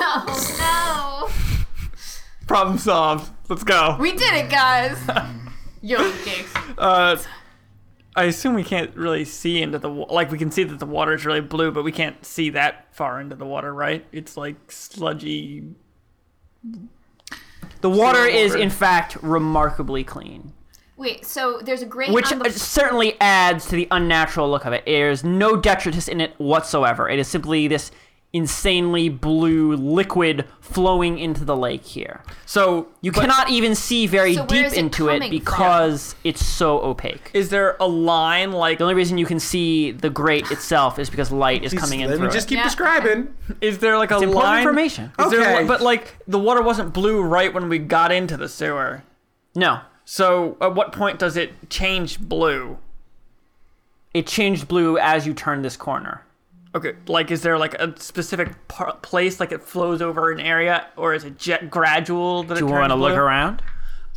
D: oh
F: Problem solved. Let's go.
D: no. We did it, guys. Yo, gigs.
F: Uh, I assume we can't really see into the wa- like we can see that the water is really blue, but we can't see that far into the water, right? It's like sludgy.
A: The water is
F: water.
A: in fact remarkably clean.
D: Wait. So there's a grate
A: which
D: on
A: uh,
D: the.
A: certainly adds to the unnatural look of it. There's no detritus in it whatsoever. It is simply this insanely blue liquid flowing into the lake here.
F: So
A: You cannot even see very
D: So where
A: deep
D: is it
A: into it
D: coming
A: because it's so opaque.
F: Is there a line like
A: the only reason you can see the grate itself is because light is coming in
B: Let me
A: through it.
B: just keep
D: Yeah.
B: describing.
F: Is there like a
A: important
F: line?
A: information.
F: Is there a
B: Okay.
F: li- but like the water wasn't blue right when we got into the sewer.
A: No,
F: So at what point does it change blue?
A: it changed blue as you turn this corner.
F: Okay, like is there like a specific par- place like it flows over an area, or is it jet gradual that
A: Do
F: it
A: you
F: turns
A: want to look
F: blue?
A: around?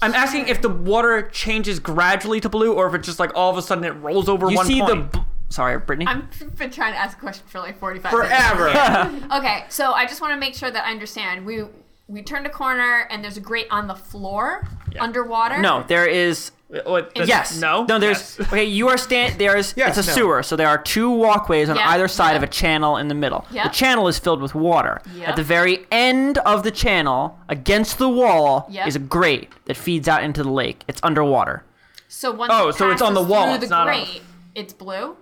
F: I'm asking if the water changes gradually to blue, or if it just like all of a sudden it rolls over
A: You
F: one
A: see
F: point.
A: the. B- Sorry, Brittany.
D: I've been trying to ask a question for like 45 seconds.
B: Forever.
D: Okay, so I just want to make sure that I understand. We we turned a corner and there's a grate on the floor underwater.
A: no, there is
F: The, Uh, what, the-
A: Yes.
F: No.
A: No. There's
F: Yes.
A: okay. You are stand. There's.
B: Yes,
A: it's a
B: no.
A: sewer, so there are two walkways on
D: Yeah,
A: either side
D: yeah.
A: of a channel in the middle.
D: Yeah.
A: The channel is filled with water.
D: Yeah.
A: At the very end of the channel, against the wall,
D: Yeah.
A: is a grate that feeds out into the lake. It's underwater.
D: So once
F: Oh,
D: it
F: so it's on
D: passes
F: the wall,
D: through
F: it's
D: the
F: not on-
D: grate, it's blue.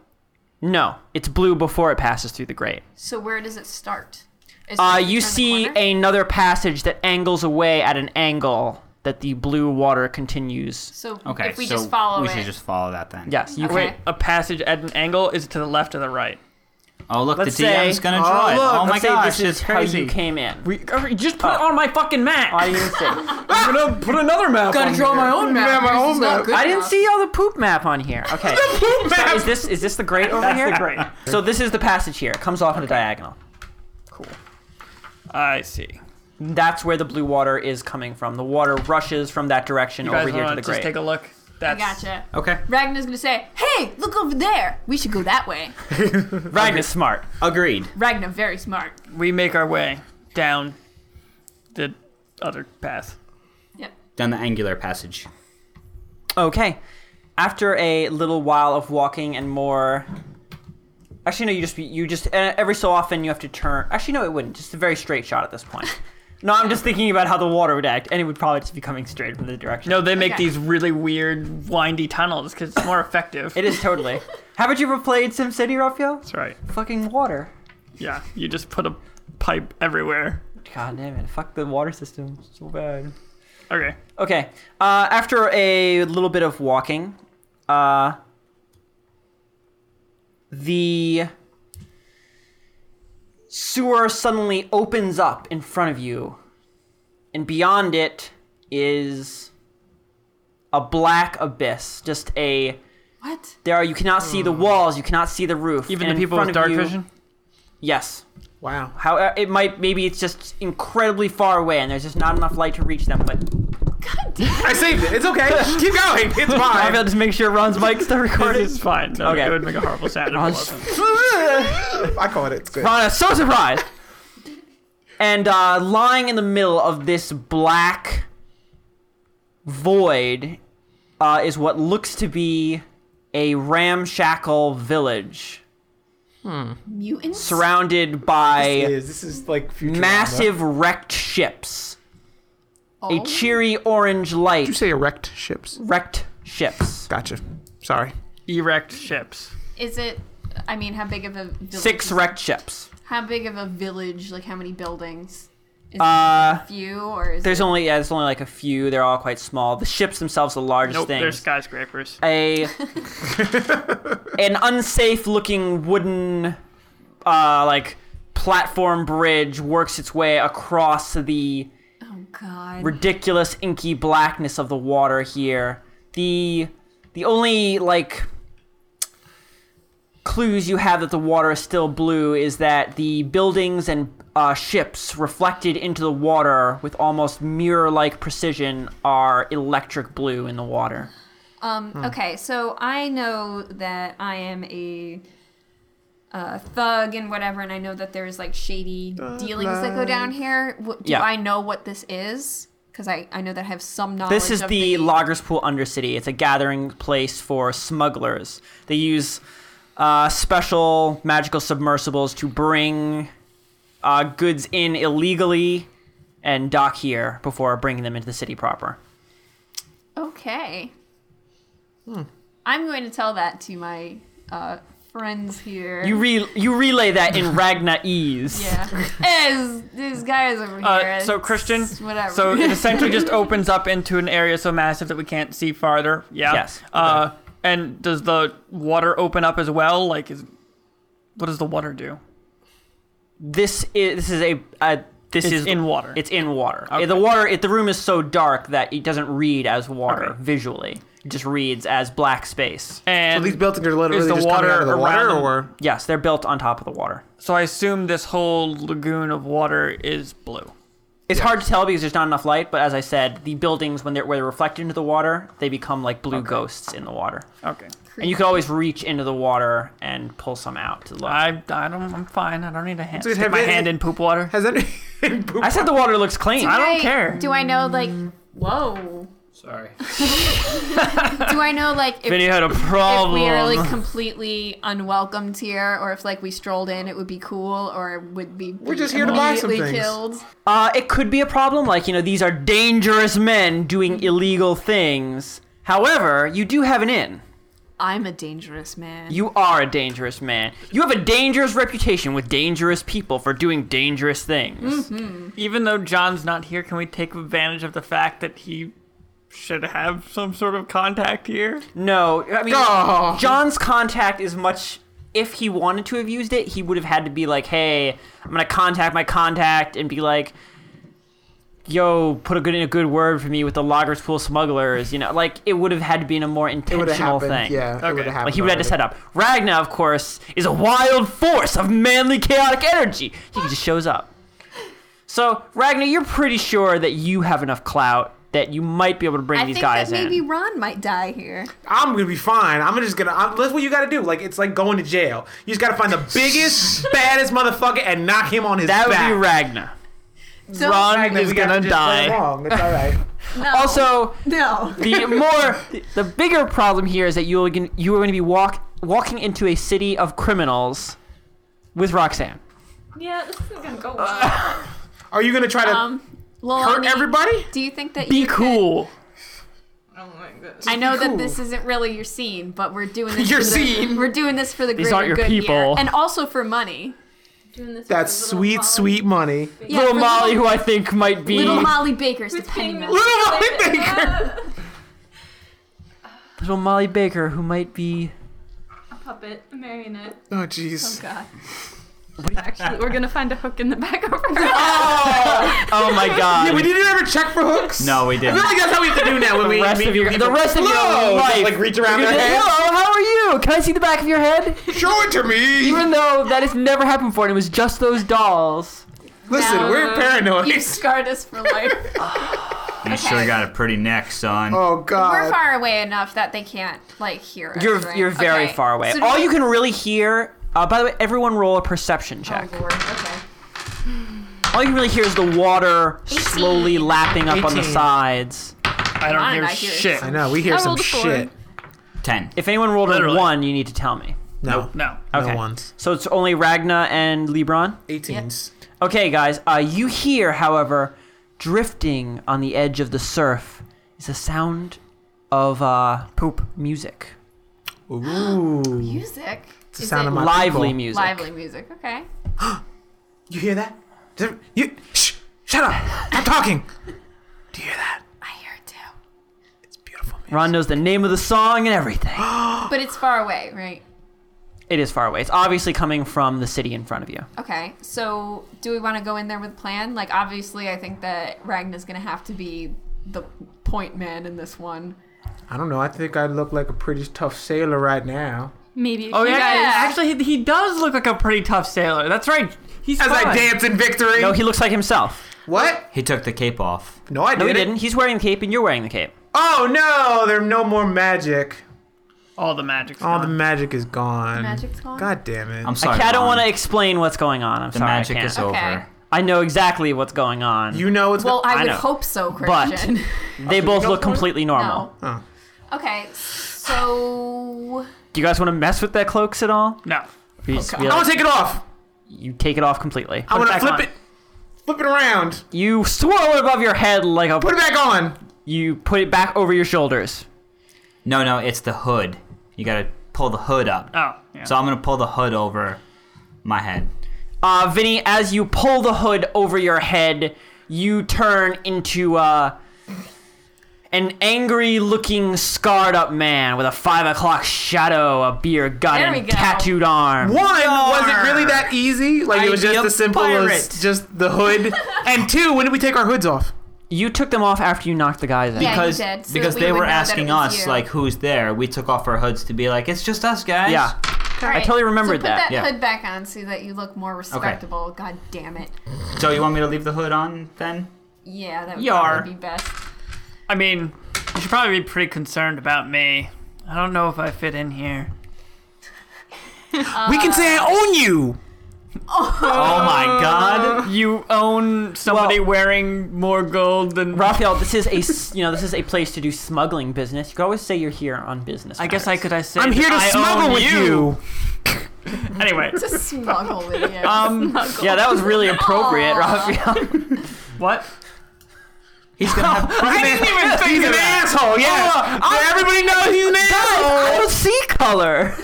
A: No, it's blue before it passes through the grate.
D: So where does it start? Is it
A: Uh,
D: when
A: you
D: turn the
A: see
D: corner?
A: another passage that angles away at an angle that the blue water continues.
D: So
C: okay,
D: if we
C: so
D: just follow
C: we
D: it,
C: should just follow that then.
A: Yes, you
D: Okay.
A: can.
F: a passage at an angle. Is it to the left or the right?
C: Oh look,
A: Let's
C: the DM's
A: say-
C: gonna
B: Oh,
C: draw it.
B: look,
C: oh my
A: let's say
C: gosh,
A: this is
C: it's
A: how
C: crazy.
A: you came in.
F: We just put it on my fucking map.
A: Oh. I didn't see.
B: I'm gonna put another map.
D: gotta
B: on
D: draw
B: here.
D: my own map.
B: Yeah, my
D: This
B: own
D: is not
B: map.
D: good
A: I didn't
D: enough.
A: see all the poop map on here. Okay.
B: Poop
A: So
B: map.
A: is this is this the grate over
F: That's
A: here?
F: the grate.
A: So this is the passage here. It comes off in a diagonal.
F: I see.
A: That's where the blue water is coming from. The water rushes from that direction
F: You guys
A: over here to
F: wanna
A: the
F: just
A: grate.
F: take a look?
D: I
F: That's,
D: gotcha.
C: Okay.
D: Ragnar's gonna say, "Hey, look over there. We should go that way."
A: Ragnar's smart.
C: Agreed.
D: Ragnar, very smart.
F: We make our way down the other path.
D: Yep.
C: Down the angular passage.
A: Okay. After a little while of walking and more, actually no, you just you just uh, every so often you have to turn. Actually no, it wouldn't. Just a very straight shot at this point. no, I'm just thinking about how the water would act, and it would probably just be coming straight from the direction.
F: No, they make
D: Okay.
F: these really weird, windy tunnels because it's more effective.
A: it is totally. Haven't you ever played SimCity, Raphael?
F: That's right.
A: Fucking water.
F: Yeah, you just put a pipe everywhere.
A: God damn it! Fuck the water system so bad.
F: Okay.
A: Okay. Uh, after a little bit of walking, uh, the sewer suddenly opens up in front of you, and beyond it is a black abyss. Just a
D: What?
A: there are you cannot see the walls, you cannot see the roof.
F: Hmm. Even
A: and
F: the
A: in
F: people with
A: front of
F: dark
A: you-
F: vision?
A: Yes.
B: Wow.
A: How it might maybe it's just incredibly far away, and there's just not enough light to reach them, but.
D: God damn.
B: I saved it. It's okay. Keep going. It's
A: I
B: fine.
A: just make sure Ron's mic's still recorded.
F: It's fine. No,
A: Okay.
F: It would make a horrible sound if it
A: Ron's-
F: wasn't.
B: I caught it. It's good.
A: Rana, so surprised. and uh, lying in the middle of this black void uh, is what looks to be a ramshackle village
D: Mutants.
A: surrounded by
B: Is this is like Futurama.
A: massive wrecked ships.
D: Oh.
A: A cheery orange
B: Did you
A: light
B: say erect ships?
A: wrecked ships.
B: Gotcha. Sorry.
F: Erect ships.
D: Is it? I mean, how big of a village?
A: Six
D: is-
A: wrecked ships.
D: How big of a village? Like how many buildings? Is
A: Uh,
D: it a few or is
A: there's
D: it?
A: only yeah, there's only like a few. They're all quite small. The ships themselves are the largest
F: Nope,
A: thing.
F: they're skyscrapers.
A: a an unsafe looking wooden uh like platform bridge works its way across the
D: oh God.
A: ridiculous inky blackness of the water here. The the only like clues you have that the water is still blue is that the buildings and uh, ships reflected into the water with almost mirror-like precision are electric blue in the water.
D: Um,
A: Hmm.
D: Okay, so I know that I am a uh, thug and whatever, and I know that there's like shady dealings that go down here. What, do
A: Yeah.
D: I know what this is? Because I, I know that I have some
F: Oh,
D: knowledge.
A: This is
D: of
A: the Loggerspool Undercity. It's a gathering place for smugglers. They use uh, special magical submersibles to bring uh, goods in illegally and dock here before bringing them into the city proper.
D: Okay.
A: Hmm.
D: I'm going to tell that to my uh, friends here.
A: You re- you relay that in Ragnaese.
D: yeah. Is these guys over here?
F: Uh, so
D: it's-
F: Christian,
D: whatever.
F: so it essentially just opens up into an area so massive that we can't see farther. Yeah.
A: Yes.
F: Uh, and does the water open up as well? Like, is what does the water do?
A: This is this is a uh, this
F: It's
A: is
F: in water.
A: It's in water. The water. It, the room is so dark that it doesn't read as water
F: Okay.
A: visually. It just reads as black space.
F: And
B: So these buildings are literally
F: is the
B: just
F: water
B: coming out of the water,
F: around-
B: or
A: Yes, they're built on top of the water.
F: so I assume this whole lagoon of water is blue.
A: It's hard to tell because there's not enough light, but as I said, the buildings when they're where they're reflected into the water, they become like blue ghosts in the water.
F: Okay.
A: And you can always reach into the water and pull some out to look. I,
F: I, I don't I'm fine. I don't need a hand.
B: Dude,
F: Stick
B: have
F: my
B: it-
F: hand in poop water.
B: has any?
A: said the water looks clean.
F: I don't care.
D: Do I know like? Whoa.
C: Sorry.
D: Do I know like if
F: Vinny had a problem.
D: if we are like completely unwelcomed here, or if like we strolled in, it would be cool, or would be we're
B: just here to buy some things.
D: Killed.
A: Uh, it could be a problem. Like you know, these are dangerous men doing illegal things. However, you do have an in.
D: I'm a dangerous man.
A: You are a dangerous man. You have a dangerous reputation with dangerous people for doing dangerous
F: Mm.
A: things.
F: Even though John's not here, can we take advantage of the fact that he should have some sort of contact here?
A: No, I mean,
B: Oh.
A: John's contact is much. If he wanted to have used it, he would have had to be like, "Hey, I'm gonna contact my contact and be like, yo, put a good in a good word for me with the Loggers Pool smugglers." You know, like it would have had to be in a more
B: It would have
A: intentional
B: happened.
A: thing.
B: Yeah. It would
F: Okay.
B: have happened.
A: Like he would have to set
B: already.
A: up. Ragna, of course, is a wild force of manly chaotic energy. He just shows up. So, Ragnar, you're pretty sure that you have enough clout that you might be able to bring
D: I
A: these
D: think
A: guys
D: that maybe
A: in.
D: Ron might die here.
B: I'm gonna be fine. I'm just gonna. I'm, that's what you gotta do. Like it's like going to jail. You just gotta find the biggest, baddest motherfucker and knock him on his
A: That would
B: back.
A: be Ragnar.
D: So,
A: Ron
B: Like,
A: is
B: we gotta
A: gonna
B: just play
A: die.
B: Wrong. It's all right.
D: No.
A: Also,
D: no.
A: the more the bigger problem here is that you are gonna, you are going to be walk, walking into a city of criminals with Roxanne.
E: Yeah, this isn't gonna
A: Uh,
E: go well.
B: Are you gonna try to
D: Um, Lil, I
B: hurt
D: mean,
B: everybody?
D: Do you think that
A: Be
D: you could-
A: cool.
E: oh my goodness.
D: I know
B: Cool.
D: that this isn't really your scene, but we're doing this.
B: Your
D: for the,
B: scene.
D: We're doing this for the
A: These
D: greater
A: aren't your
D: good here.
A: people.
D: and also for money.
E: Doing this
B: That's
E: with a little
B: sweet,
E: Molly.
B: sweet money.
D: Yeah,
A: little
D: for
A: Molly, who I think might be
D: little
A: little,
D: Molly Baker's the penny
E: Paying
D: mouse.
B: Molly
E: Baker.
A: Molly Baker, who might be
E: A puppet, a marionette.
B: Oh jeez.
D: God.
E: Actually, we're gonna find a hook in the back of her.
B: Oh,
A: oh my god.
B: yeah, we didn't ever check for hooks.
C: No, we
B: I
C: didn't.
B: feel like that's how we have to do now when
A: the
B: we
A: rest
B: meet
A: of your
B: people.
A: the rest of
B: Hello!
A: your life.
B: Like reach around
A: You're
B: their
A: gonna-
B: hand.
A: Hello, how are you? Can I see the back of your head?
B: Show it to me.
A: Even though that has never happened before, and it was just those dolls.
B: Listen,
D: No.
B: we're
D: You
B: paranoid.
D: scarred us for life.
C: You sure got a pretty neck, son.
B: Oh
D: We're
B: god.
D: far away enough that they can't like hear us.
A: You're
D: right?
A: you're very
D: Okay.
A: far away.
D: So do
A: All
D: we-
A: you can really hear. Uh, by the way, everyone roll a perception check.
D: Oh, Lord. Okay.
A: All you can really hear is the water slowly
D: Eighteen.
A: lapping up on the
B: 18.
A: sides.
F: I don't
D: Ron
F: hear
D: and I hear
F: shit.
B: I know. We hear
E: I
B: some
E: rolled a four.
B: shit.
C: Ten.
A: If anyone rolled
F: Literally.
A: a one, you need to tell me.
B: No.
F: No.
A: Okay.
B: No ones.
A: So it's only Ragna and Lebron.
B: 18s.
A: Okay, guys. Uh, you hear, however, drifting on the edge of the surf is the sound of uh, poop music,
B: Ooh.
D: Music.
B: the sound of my-
A: lively
B: people.
A: music.
D: lively music? Okay.
B: You hear that? Does it- You shh. Shut up. I'm talking. Do you hear that?
D: I hear it too.
B: It's beautiful. Man.
A: Ron knows the name of the song and everything.
D: But it's far away, right?
A: it is far away. It's obviously coming from the city in front of you.
D: Okay. So do we want to go in there with a plan? Like, obviously, I think that Ragna's gonna have to be the point man in this one.
B: I don't know. I think I look like a pretty tough sailor right now.
E: Maybe.
F: Oh yeah,
D: guys-
F: actually, he, he does look like a pretty tough sailor. That's right. He's
B: As
F: fine.
B: I dance in victory.
A: No, he looks like himself.
B: what?
C: He took the cape off.
B: No, I
A: No, he
B: didn't.
A: didn't. He's wearing the cape, and you're wearing the cape.
B: Oh no! There's no more magic.
F: All the magic.
B: All the magic is gone.
D: Magic's gone?
B: God damn it.
C: I'm sorry.
A: I don't
C: Ron.
A: want to explain what's going on. I'm
C: The
A: sorry.
C: magic
A: I, can't.
C: is over.
D: Okay.
A: I know exactly what's going on.
B: you know it's
D: Well, I,
A: I
D: would
A: know.
D: hope so,
A: But-
D: Christian.
A: they both
B: go
A: look
B: for it?
A: completely normal.
D: no.
B: Oh.
D: Okay. So
A: Do you guys want to mess with their cloaks at all?
F: No.
A: You, just
D: Okay.
A: be
B: I'm
A: like-
B: gonna take it off.
A: you take it off completely.
B: I'm
F: it
B: gonna
F: back
B: flip
F: on.
B: it. Flip it around.
A: You swirl it above your head like a.
B: Put it back on.
A: You put it back over your shoulders.
C: No, no, it's the hood. You gotta pull the hood up.
F: Oh. Yeah.
C: So I'm gonna pull the hood over my head.
A: Uh, Vinny, as you pull the hood over your head, you turn into uh, an angry-looking, scarred-up man with a five o'clock shadow, a beer gut,
D: There we
A: and
D: go.
A: tattooed arm.
B: One, was it really that easy? Like it was
A: I
B: just
A: am
B: as simple
A: pirate.
B: as just the hood. and two, when did we take our hoods off?
A: You took them off after you knocked the guys out.
D: Yeah, you
C: Because
D: did, so
C: because
D: we
C: they
D: would
C: were
D: know that it
C: asking
D: was
C: us
D: you.
C: like who's there. We took off our hoods to be like it's just us guys.
A: Yeah.
D: I
A: totally remembered
D: so put
A: that,
D: that.
C: yeah.
D: hood back on so that you look more respectable. God damn it.
C: So you want me to leave the hood on then?
D: Yeah, that would
C: Yar.
D: probably be best.
F: I mean, you should probably be pretty concerned about me. I don't know if I fit in here.
B: we can say I own you.
C: oh my
D: Uh.
C: god.
F: You own somebody
A: Well-
F: wearing more gold than.
A: Raphael, this is a s- you know this is a place to do smuggling business. You could always say you're here on business.
F: I guess I could. I say
B: I'm
F: that
B: here to
F: I own
B: smuggle with you.
F: Anyway,
D: To smuggle with you.
F: um,
A: Yeah, that was really appropriate, Raphael.
F: what?
C: He's gonna have
B: I didn't even Oh, think He's an asshole. Yeah. everybody knows he's an
A: I
B: asshole.
A: don't see color.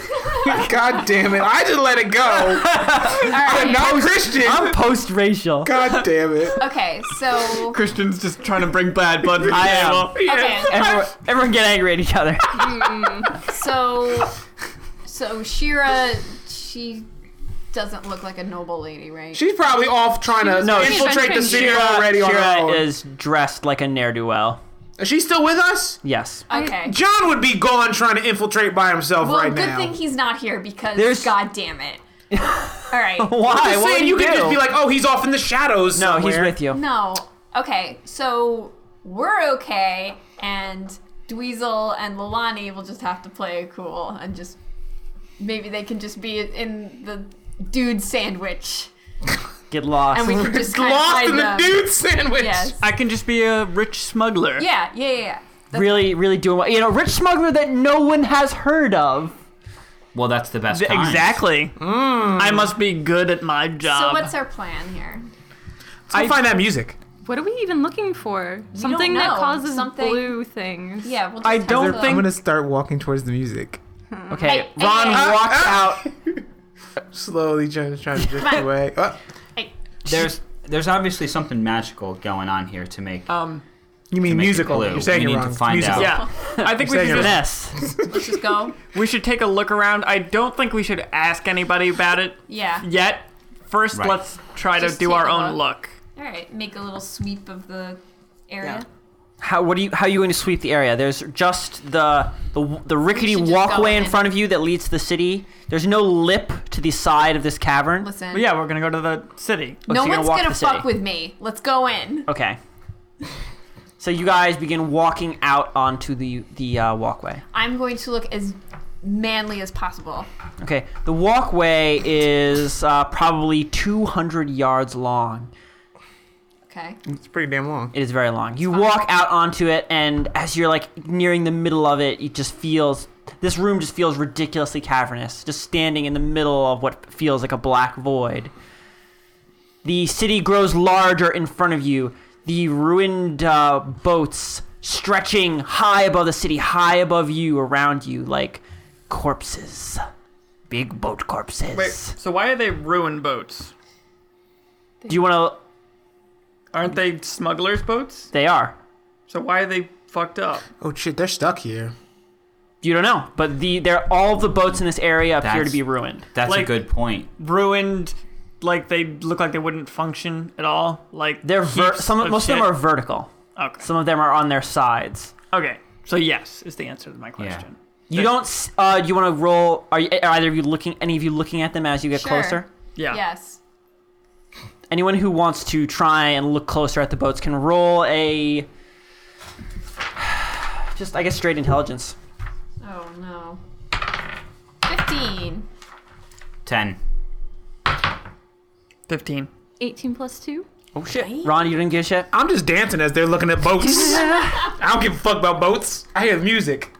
B: God damn it! I just let it go.
D: All right.
B: I'm not Christian.
A: I'm post-racial.
B: God damn it.
D: okay, so
F: Christian's just trying to bring bad blood to the
A: I am.
F: table.
D: okay,
A: Everyone, everyone get angry at each other.
D: so so Shira, she doesn't look like a noble lady, right?
B: She's probably off trying to
A: No,
B: infiltrate the
E: she's
B: city
E: Shira-
B: already on her
A: Shira
B: own.
A: is dressed like a ne'er do well.
B: Is she still with us?
A: Yes.
D: okay.
B: John would be gone trying to infiltrate by himself
D: Well,
B: right
D: good
B: now.
D: thing he's not here because
A: There's-
D: god damn it. All right.
A: Why?
B: I'm
A: What would
B: saying
A: he
B: you can
A: do?
B: just be like, oh, he's off in the shadows.
A: no, he's
B: somewhere.
A: with you.
D: No. Okay, so we're okay, and Dweezil and Lalani will just have to play it cool and just maybe they can just be in the dude sandwich,
A: Get lost.
D: and we can just kind of
B: Lost
D: hide
B: in the
D: them.
B: dude sandwich.
D: Yes.
C: I can just be a rich smuggler.
D: Yeah. Yeah. Yeah. yeah. That's-
A: really, really doing well. You know, rich smuggler that no one has heard of.
C: Well, that's the best.
F: Th-
C: kind.
F: Exactly. I must be good at my
D: So
F: job.
D: what's our plan here?
B: Let's go find that music.
E: What are we even looking for? Something
D: don't
E: that
D: know.
E: causes
D: Something-
E: blue things.
D: Yeah, we'll just
F: I
D: have
F: don't
D: to-
F: think-
B: I'm gonna start walking towards the music.
A: Okay,
D: Hey, hey,
A: Ron
D: hey.
A: walks out.
B: Slowly trying, trying to drift
D: Come on.
B: away. Oh,
C: There's there's obviously something magical going on here to make.
F: um,
B: you mean
C: make it
B: musical?
C: blue.
B: You're saying
C: We
B: you're
C: need to
B: wrong.
C: find
B: musical.
C: out.
F: yeah. I think we
B: saying
F: should,
B: it
F: just,
A: Yes.
D: Let's just go.
F: we should take a look around. I don't think we should ask anybody about it
D: Yeah.
F: yet. First,
C: Right.
F: let's try
D: Just
F: to do
D: take
F: our
D: a
F: own look.
D: All right. Make a little sweep of the area.
A: How what do you how are you going to sweep the area? There's just the the, the rickety
D: should just
A: walkway
D: go
A: in
D: in.
A: front of you that leads to the city. There's no lip to the side of this cavern.
D: Listen.
F: But yeah, we're gonna go to the city.
A: Oh,
D: No
A: so you're
D: one's
A: walk
D: gonna,
A: the city.
D: fuck with me. Let's go in.
A: Okay. So you guys begin walking out onto the the uh, walkway.
D: I'm going to look as manly as possible.
A: Okay, the walkway is uh, probably 200 yards long.
D: Okay.
B: It's pretty damn long.
A: It is very long. You walk out onto it, and as you're like nearing the middle of it, it just feels this room just feels ridiculously cavernous. Just standing in the middle of what feels like a black void. The city grows larger in front of you. The ruined uh, boats stretching high above the city, high above you, around you, like corpses, big boat corpses.
F: Wait, so why are they ruined boats?
A: Do you want to?
F: Aren't they smugglers' boats?
A: They are.
F: So why are they fucked up?
B: Oh shit, they're stuck here.
A: You don't know, but the they're all the boats in this area appear
C: That's-
A: to be ruined.
C: That's a
F: Like-
C: good point.
F: Ruined, like they look like they wouldn't function at all. Like
A: They're ver-
F: heaps
A: some
F: of
A: most of them
F: shit.
A: are vertical.
F: Okay.
A: Some of them are on their sides.
F: okay. So yes is the answer to my question.
A: You don't. s- Uh, you want to roll? Are, you, are either of you looking? Any of you looking at them as you get
D: Sure.
A: closer?
F: Yeah.
D: Yes.
A: Anyone who wants to try and look closer at the boats can roll a. Just I guess straight intelligence.
D: Oh no. Fifteen. Oh
C: Ten.
F: Fifteen.
E: 18 plus 2?
A: Oh shit, Ron, you didn't get shit.
B: I'm just dancing as they're looking at boats. I don't give a fuck about boats. I hear music.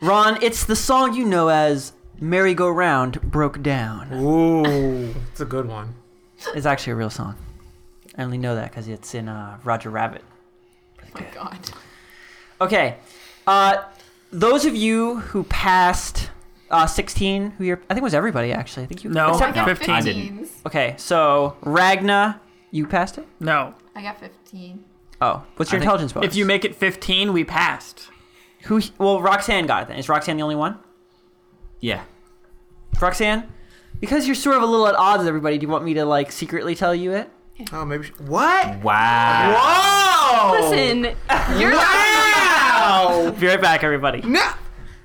A: Ron, it's the song you know as "Merry Go Round" broke down.
B: Ooh, it's a good one.
A: It's actually a real song. I only know that because it's in uh, Roger Rabbit.
D: Oh my god.
A: Okay. Uh, those of you who passed uh, 16, who you're, I think it was everybody actually. I think you.
F: No.
A: except-
D: I got
F: 15.
C: I
D: 15s.
C: didn't.
A: okay, so Ragna, you passed it.
F: No.
D: I got fifteen.
A: Oh, what's your
C: I think-
A: intelligence bonus?
F: If you make it fifteen, we passed.
A: who? Well, Roxanne got it. Then is Roxanne the only one?
C: Yeah.
A: Roxanne, because you're sort of a little at odds with everybody. Do you want me to like secretly tell you it?
B: Oh, maybe. She- what? Oh!
C: Wow.
B: Whoa!
E: Listen, you're
B: Wow!
A: Be right back, everybody.
B: no,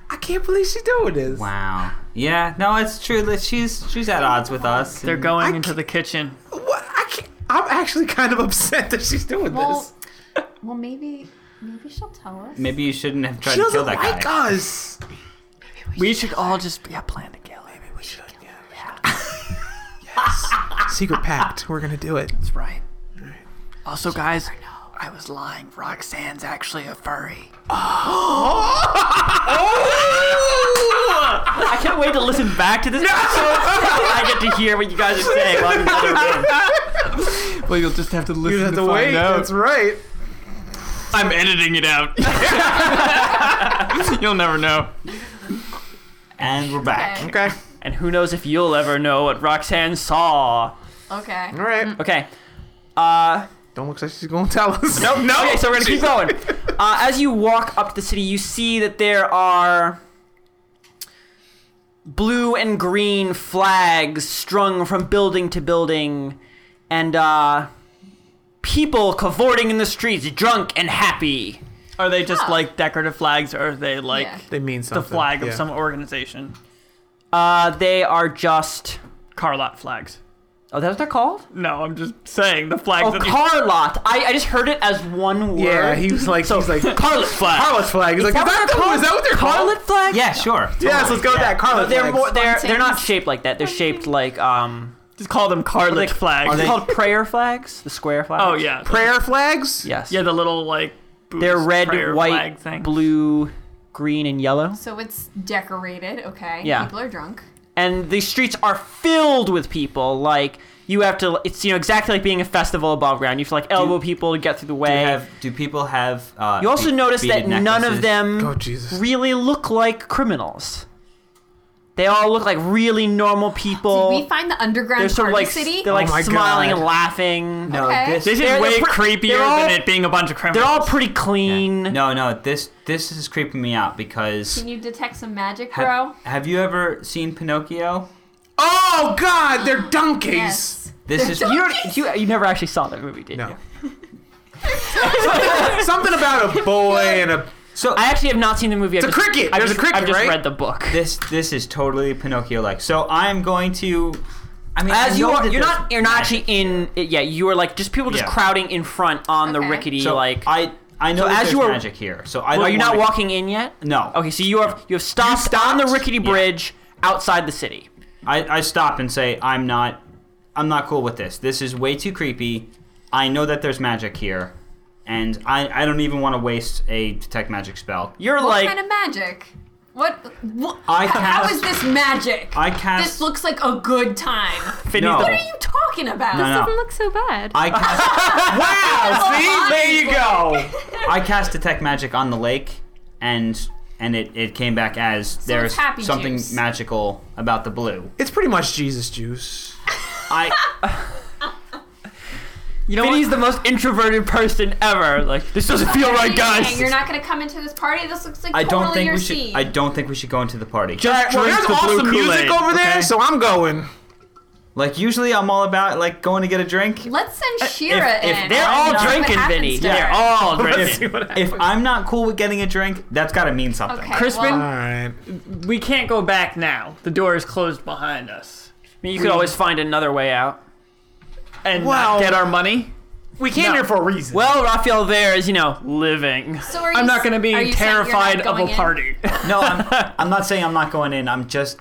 B: I can't believe she's doing this.
C: Wow. Yeah. No, it's true. That She's she's at odds with us.
F: They're
C: and-
F: going
B: I
F: into the kitchen.
B: What? I can't. I'm actually kind of upset that she's doing
D: Well,
B: this.
D: well, maybe, maybe she'll tell us.
C: Maybe you shouldn't have tried
B: She
C: to kill
B: doesn't
C: that
B: like
C: guy.
B: us.
F: We should all just yeah plan to kill him.
B: We should. Yeah. yes. Secret pact. We're gonna do it.
F: That's right. Also, guys, I was lying. Roxanne's actually a furry.
A: I can't wait to listen back to this episode. I get to hear what you guys are saying. While I'm in the room.
F: Well, you'll just have to listen
B: You have to wait. That's right.
F: I'm editing it out. you'll never know.
C: And we're back.
D: Okay.
B: Okay.
A: and who knows if you'll ever know what Roxanne saw.
D: Okay.
B: All right.
A: Okay. Uh,
B: Don't look like she's gonna tell us.
A: nope, no. Okay, so we're gonna keep going. Uh, as you walk up to the city, you see that there are blue and green flags strung from building to building, and uh, people cavorting in the streets, drunk and happy.
F: Are they just like decorative flags, or are they like
D: Yeah.
B: They mean something.
F: the flag
B: yeah.
F: of some organization?
A: Uh, they are just
F: car lot flags.
A: Oh, that's what they're called?
F: No, I'm just saying the flags.
A: Oh,
F: that you-
A: car lot. I, I just heard it as one word.
B: Yeah, he was like,
A: So,
B: he's like,
A: Carlet flag.
B: Carlot's flag. He's like, is that, the, is that what they're
A: Carlet
B: called?
A: flag?
C: Yeah, sure.
B: Yes, let's go with that. Carlot
A: They're
B: flags.
A: more. They're they're not
D: Buntings.
A: shaped like that. They're shaped like um.
F: Just call them carlet
A: Like,
F: flags.
A: Are they
C: they-
A: called prayer flags? The square flags.
F: oh yeah,
B: prayer flags.
A: Yes.
F: yeah, the little like
A: They're
F: Buddhist
A: red,
F: prayer
A: white,
F: flag thing.
A: blue, green, and yellow.
D: So it's decorated, okay?
A: Yeah.
D: People are drunk.
A: And the streets are filled with people. Like you have to. It's you know exactly like being a festival above ground. You have to like elbow people to get through the
C: Do,
A: way. You,
C: have, do people have? Uh,
A: also
C: be-
A: notice that
C: beaded
A: none of
C: necklaces?
B: Oh
A: them
B: Jesus.
A: really look like criminals. They all look like really normal people.
D: Did we find the underground
A: they're
D: party
A: sort of like
D: city?
A: they're like
B: Oh my
A: smiling
B: God.
A: and laughing.
C: No,
D: Okay.
C: this,
F: This is
A: They're-
F: way
A: they're pre-
F: creepier
A: they're all-
F: than it being a bunch of criminals.
A: They're all pretty clean.
C: no, no. This this is creeping me out because
D: Can you detect some magic,
C: ha-
D: bro?
C: have you ever seen Pinocchio?
B: Oh God, they're donkeys.
D: Yes.
C: This is
A: You, don't, you you never actually saw that movie, did you?
B: No. Something about a boy and a.
C: so.
A: I actually have not seen the movie. It's
B: a cricket!
A: I've
B: There's a
A: just,
B: cricket,
A: I've just
B: right?
A: read the book.
C: this this is totally Pinocchio like. So I'm going to. I mean, I
A: As you
C: know
A: are,
C: that
A: you're
C: there's
A: not you're not actually
C: magic.
A: in it yet. You are like just people just
C: Yeah.
A: crowding in front on the
D: Okay.
A: rickety
C: So
A: like.
C: I I know
A: So
C: that
A: as
C: there's
A: you are-
C: magic here. So I don't
A: are you not
C: wanna-
A: walking in yet?
C: No.
A: Okay, so you have you have stopped, on the rickety bridge outside the city.
C: I, I stop and say I'm not I'm not cool with this. This is way too creepy. I know that there's magic here, and I, I don't even want to waste a detect magic spell.
A: You're
D: What
A: like
D: kind of magic? What? what
C: I
D: how- how
C: cast-
D: is this magic?
C: I cast
D: this looks like a good time.
A: Finny
C: No.
A: the-
D: What are you talking about?
C: No, no.
E: Doesn't look so bad.
C: I cast
B: Wow. See, there you go.
C: I cast detect magic on the lake, and and it, it came back as there's
D: happy
C: something
D: juice.
C: magical about the blue.
B: It's pretty much Jesus juice.
C: I.
A: You know Finny's the most introverted person ever. Like this doesn't feel
D: What are
A: right,
D: you
A: guys.
D: saying? You're not gonna come into this party. This looks like
C: I
D: totally
C: don't think
D: your
C: we should.
D: scene.
C: I don't think we should go into the party.
B: All right, well,
F: drink
B: there's
F: the blue
B: awesome music
F: Kool-Aid,
B: over there,
F: okay?
B: so I'm going.
C: Like usually, I'm all about like going to get a drink.
D: Let's send Shira
A: if,
D: in.
A: if they're
D: I
A: all
D: wanna see what
A: drinking,
D: happens
A: Vinny,
D: to
A: they're
D: her.
A: all
B: Let's see
A: drinking.
B: what happens.
C: If I'm not cool with getting a drink, that's got to mean something.
D: Okay,
F: Crispin?
B: All
D: well,
B: right.
F: we can't go back now. The door is closed behind us.
A: I mean, you could always find another way out.
F: And
B: Well-
F: not get our money.
B: We came
F: No.
B: here for a reason.
A: Well, Raphael there is, you know, living.
D: so are you
F: I'm not going to
D: are you
F: be
D: saying you're not
F: terrified of a
D: going in?
F: party.
C: No, I'm, I'm not saying I'm not going in. I'm just,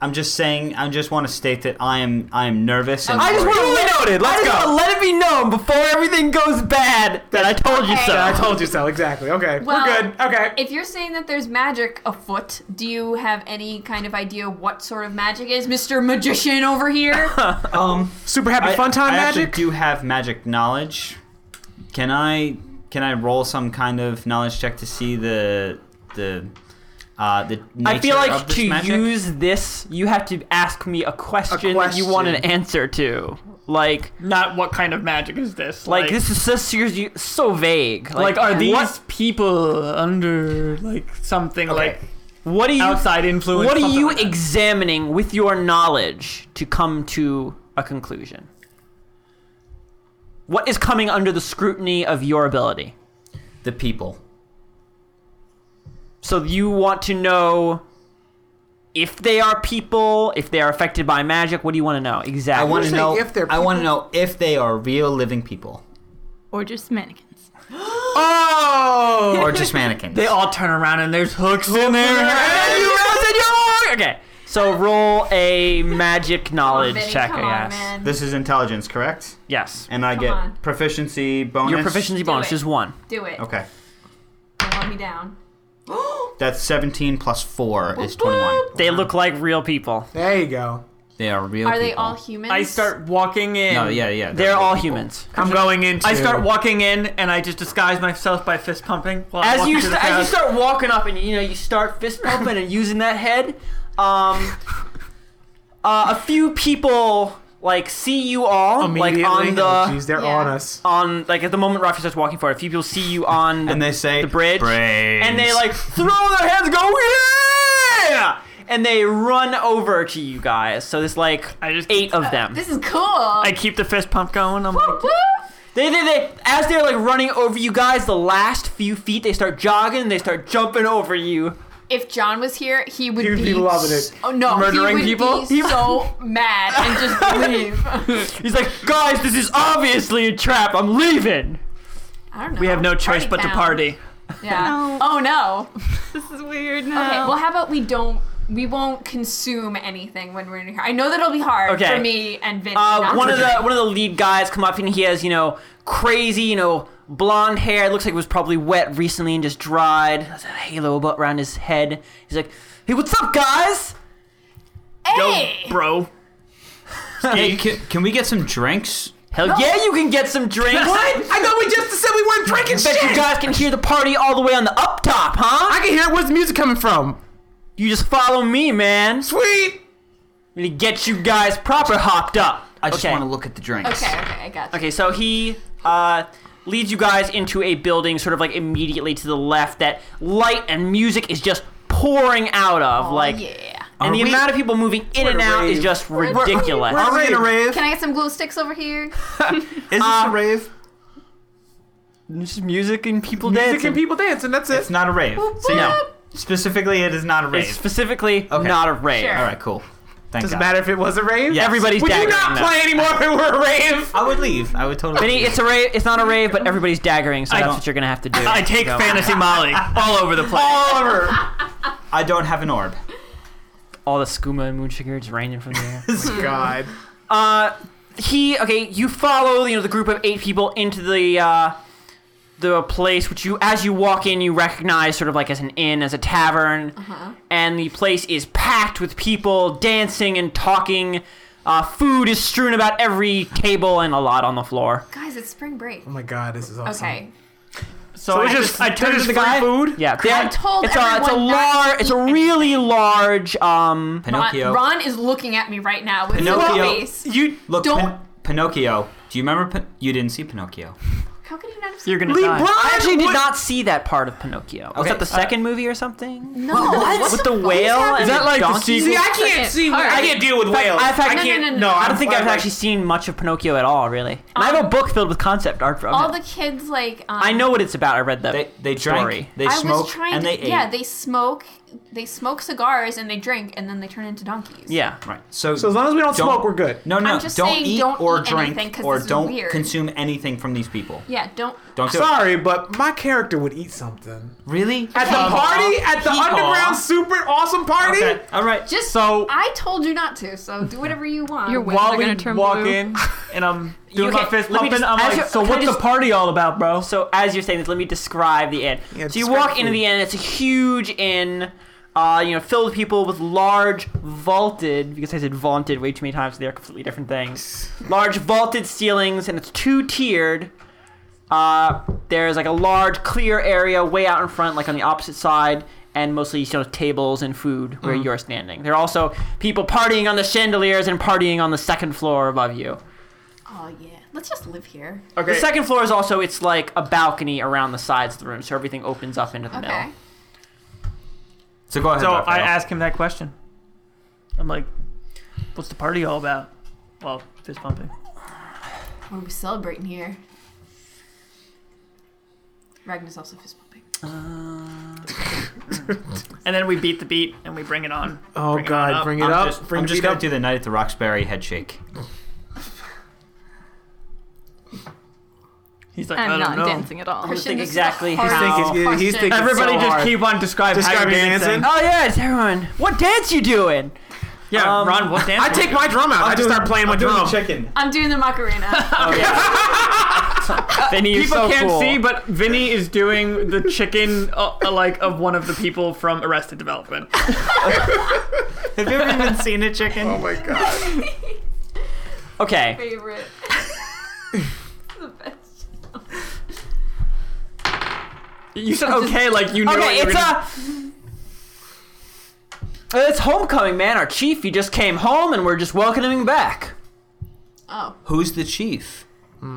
C: I'm just saying. I just want to state that I am, I am nervous. And
A: I just want
C: worried.
A: to let,
B: noted. Let's
A: I just
B: go.
A: wanna let it be known before everything goes bad that I told you
D: Okay.
A: so.
B: I told you so. Exactly. Okay.
D: Well,
B: We're good. Okay.
D: If you're saying that there's magic afoot, do you have any kind of idea what sort of magic is, Mr. Magician over here?
C: Um,
B: Super happy
C: I,
B: fun time
C: I
B: magic.
C: actually do have magic knowledge. Can I, can I roll some kind of knowledge check to see the, the, uh, the nature
A: I feel
C: of
A: like
C: this
A: to
C: magic?
A: use this, you have to ask me a question, that you want an
B: question.
A: answer to. Like,
F: not what kind of magic is this?
A: like, this is so, ser- so vague.
F: Like, are these
A: What,
F: people under like something like
A: what do you?
F: outside influence?
A: what are
F: something
A: you
F: like that?
A: examining with your knowledge to come to a conclusion? What is coming under the scrutiny of your ability?
C: the people.
A: So you want to know if they are people, if they are affected by magic. What do you want to know exactly?
C: I want to
B: saying
C: know
B: if they're
C: I want to
B: people?
C: know if they are real living people
E: or just mannequins.
B: oh.
C: or just mannequins.
F: They all turn around and there's hooks in there.
A: Hey, you roused in your- Okay, so roll a magic knowledge
D: Vinny,
A: check.
D: come
A: I
D: on,
A: guess.
D: man.
C: This is intelligence, correct?
A: Yes.
C: And I
D: Come
C: get
D: on.
C: proficiency bonus.
A: Your proficiency bonus
D: it.
A: is one.
D: Do it.
C: Okay.
D: Don't let me down.
C: That's 17 plus 4 is 21.
A: They look like real people.
B: There you go.
C: They are real
D: Are they
C: people.
D: all humans?
F: I start walking in.
C: No, yeah, yeah.
A: They're
C: real
A: all
C: people.
A: humans.
B: I'm going into.
F: I start walking in and I just disguise myself by fist pumping. While I'm
A: As
F: walking
A: you
F: through the
A: st- as you
F: crowd.
A: start walking up and you know you start fist pumping and using that head, um, uh, a few people like see you all like
B: Immediately.
A: on the
B: oh, jeez, they're
D: Yeah.
B: on us.
A: on like at the moment Rafi starts walking forward, a few people see you on the,
C: And they say
A: the bridge,
C: Brains.
A: and they like throw their hands, go yeah, and they run over to you guys. So there's like
F: I just-
A: eight of them.
D: This is cool.
F: I keep the fist pump going. I'm like,
D: Woo!
A: They, they, they, as they're like running over you guys, the last few feet they start jogging, they start jumping over you,
D: if John was here, he would
B: He would be loving it.
D: Oh no,
A: Murdering
D: he would
A: people?
D: be so mad and just leave.
A: He's like, guys, this is obviously a trap. I'm leaving.
D: I don't know.
A: We have no choice but to
D: town.
A: party.
D: Yeah.
E: No.
D: Oh no.
E: This is weird
D: Okay.
E: now.
D: Well, how about we don't. We won't consume anything when we're in here. I know that'll be hard
A: Okay.
D: for me and Vinny.
A: Uh,
D: not
A: one
D: to
A: of the one of the lead guys come up and he has you know crazy you know blonde hair. It looks like it was probably wet recently and just dried. There's a halo about around his head. He's like, "Hey, what's up, guys?"
D: Hey!
F: "Oh,
A: bro.
C: Hey, can, can we get some drinks?
A: Hell yeah, you can get some drinks.
B: What? I thought we just said we weren't drinking
A: Bet you
B: shit.
A: guys can hear the party all the way on the up top,
B: I
A: huh?
B: can hear it. Where's the music coming from?
A: You just follow me, man.
B: Sweet.
A: I'm gonna get you guys proper hopped up.
C: I just
A: Okay.
C: want to look at the drinks.
D: Okay, okay, I got you.
A: Okay, so he uh, leads you guys into a building, sort of like immediately to the left, that light and music is just pouring out of.
D: Oh,
A: like,
D: yeah.
A: and
C: Are
A: the
C: we-
A: amount of people moving in and
B: a
A: out is
B: rave.
A: just ridiculous.
B: All right, a rave.
D: Can I get some glow sticks over here?
B: Is this a rave?
A: It's just music and people
B: Music and people dancing. That's it.
C: It's not a rave. So
A: No.
C: yeah, specifically, it is not a
A: It's
C: rave.
A: specifically
C: Okay.
A: not a rave.
D: Sure.
C: All right, cool. Thank
B: Doesn't
C: God.
B: matter if it was a rave.
C: Yes.
A: Everybody's
B: Would you
A: daggering
B: not
A: though.
B: play anymore if it were a rave?
C: I would leave. I would totally.
A: Vinny,
C: leave.
A: it's a rave. It's not a rave, but everybody's daggering, so that's
C: don't-
A: what you're gonna have to do.
F: I take
A: So-
F: fantasy Molly all over the
A: Oh,
F: place.
B: Oliver.
C: I don't have an orb.
A: All the skooma and moonshiger just raining from the air.
C: Oh
B: God.
A: Uh, he okay. You follow you know the group of eight people into the uh, the place, which you as you walk in, you recognize sort of like as an inn, as a tavern,
D: Uh-huh.
A: and the place is packed with people dancing and talking. Uh, food is strewn about every table and a lot on the floor.
D: Guys, it's spring break.
B: Oh my God, this is awesome.
D: Okay.
F: So,
B: So
F: I
B: we
F: just,
B: just
F: I took
B: turned
F: his
B: to
F: free
B: the guy?
F: food.
A: Yeah,
D: I
A: they-
D: told
A: it's a it's a
D: everyone not to
A: large, it's a
D: eat
A: really large um
D: Ron,
C: Pinocchio.
D: Ron is looking at me right now with
C: Pinocchio.
D: his face.
B: You
C: Look,
D: Don't-
C: Pin- Pinocchio. Do you remember? Pin- you didn't see Pinocchio.
D: How could he not have
F: You're
D: seen
F: gonna
A: LeBron.
F: die.
A: I actually did
B: What-
A: not see that part of Pinocchio. Was
C: Okay,
A: that the
C: uh,
A: second movie or something?
D: No, what?
A: With the whale and
F: Is that
A: the
F: like the
A: donkey?
F: sequel?
B: See, I can't
D: Second
B: see.
D: part.
B: I can't deal with whales.
A: I've had- No,
B: I
A: no,
B: can't.
D: no, no, no.
B: no,
A: I don't think I've
B: I'm-
A: actually seen much of Pinocchio at all, really. And I have a
D: Um,
A: book filled with concept art from
D: All
A: it.
D: the kids like. Um,
A: I know what it's about. I read that.
C: They they drank.
A: Story.
C: They
D: I was
C: smoked
D: trying
C: and
D: to.
C: they ate.
D: Yeah, they smoke. They smoke cigars and they drink and then they turn into donkeys.
A: yeah.
C: Right. So,
B: So as long as we don't,
C: Don't-
B: smoke, we're good.
C: no, no,
D: I'm just
C: don't
D: saying
C: eat
D: don't
C: or
D: eat
C: drink
D: anything 'cause
C: or
D: this is
C: don't
D: weird.
C: consume anything from these people.
D: Yeah. Don't.
C: Don't do
B: Sorry, but my character would eat something
C: it. Really?
B: at the party at the
C: Yeehaw.
B: underground super awesome party.
C: Okay. All right.
D: Just.
F: So-
D: I told you not to. So do whatever you want.
E: Your
F: While
E: They're
F: we
E: gonna turn
F: walk
E: blue.
F: in, and I'm doing
A: You
F: my
A: can't-
F: fist
A: let me
F: pumping,
A: just-
F: I'm
A: as
F: like,
A: you're-
F: so
A: can I
F: what's
A: just-
F: the party all about, bro?
A: So as you're saying this, let me describe the inn.
B: Yeah,
A: so you
B: describe
A: walk
B: the
A: into the inn. It's a huge inn. Uh, you know, filled with people with large vaulted because I said vaunted way too many times. They're completely different things. Large vaulted ceilings, and it's two tiered. Uh, there's like a large clear area way out in front, like on the opposite side, and mostly you know, tables and food
F: Mm-hmm.
A: where you're standing. There are also people partying on the chandeliers and partying on the second floor above you.
D: Oh yeah. Let's just live here.
A: The second floor is also it's like a balcony around the sides of the room, so everything opens up into the
D: Okay.
A: middle.
C: So go ahead.
F: So I
C: Raphael.
F: ask him that question. I'm like, what's the party all about? Well, fist pumping.
D: What are we celebrating here? Ragnar's also fist pumping.
F: And then we beat the beat and we bring it on.
B: Oh
F: Bring it
B: God,
F: on up.
B: bring it
C: I'm
B: up.
C: just,
B: bring
C: I'm just
B: it
C: gonna
B: up.
C: do the night at the Roxbury head shake.
F: He's like, I
E: I'm
F: don't
E: not
F: know.
E: dancing at all.
A: Christian- think
D: this is the
A: exactly
D: hardest
A: how-
B: He's thinking- he's
D: question.
B: thinking-
F: Everybody
B: So
F: just
B: hard.
F: keep on describing how
B: Describe
F: you're
B: dancing.
F: dancing.
A: Oh yeah, it's everyone. What dance you doing?
F: yeah,
A: um,
F: Ron, what dance?
B: I take my drum out. i just start playing my drum.
C: Chicken.
D: I'm doing the macarena.
A: Vinny
F: People can't see, but Vinny is doing the chicken, uh, uh, like of one of the people from Arrested Development.
C: Have you ever even seen a chicken?
B: Oh my God.
A: Okay,
D: Favorite. the best.
F: You said okay, like you know. what
A: okay,
F: you were
A: it's
F: gonna-
A: uh It's homecoming, man. Our chief, he just came home, and we're just welcoming him back.
D: Oh,
C: Who's the chief?
D: you're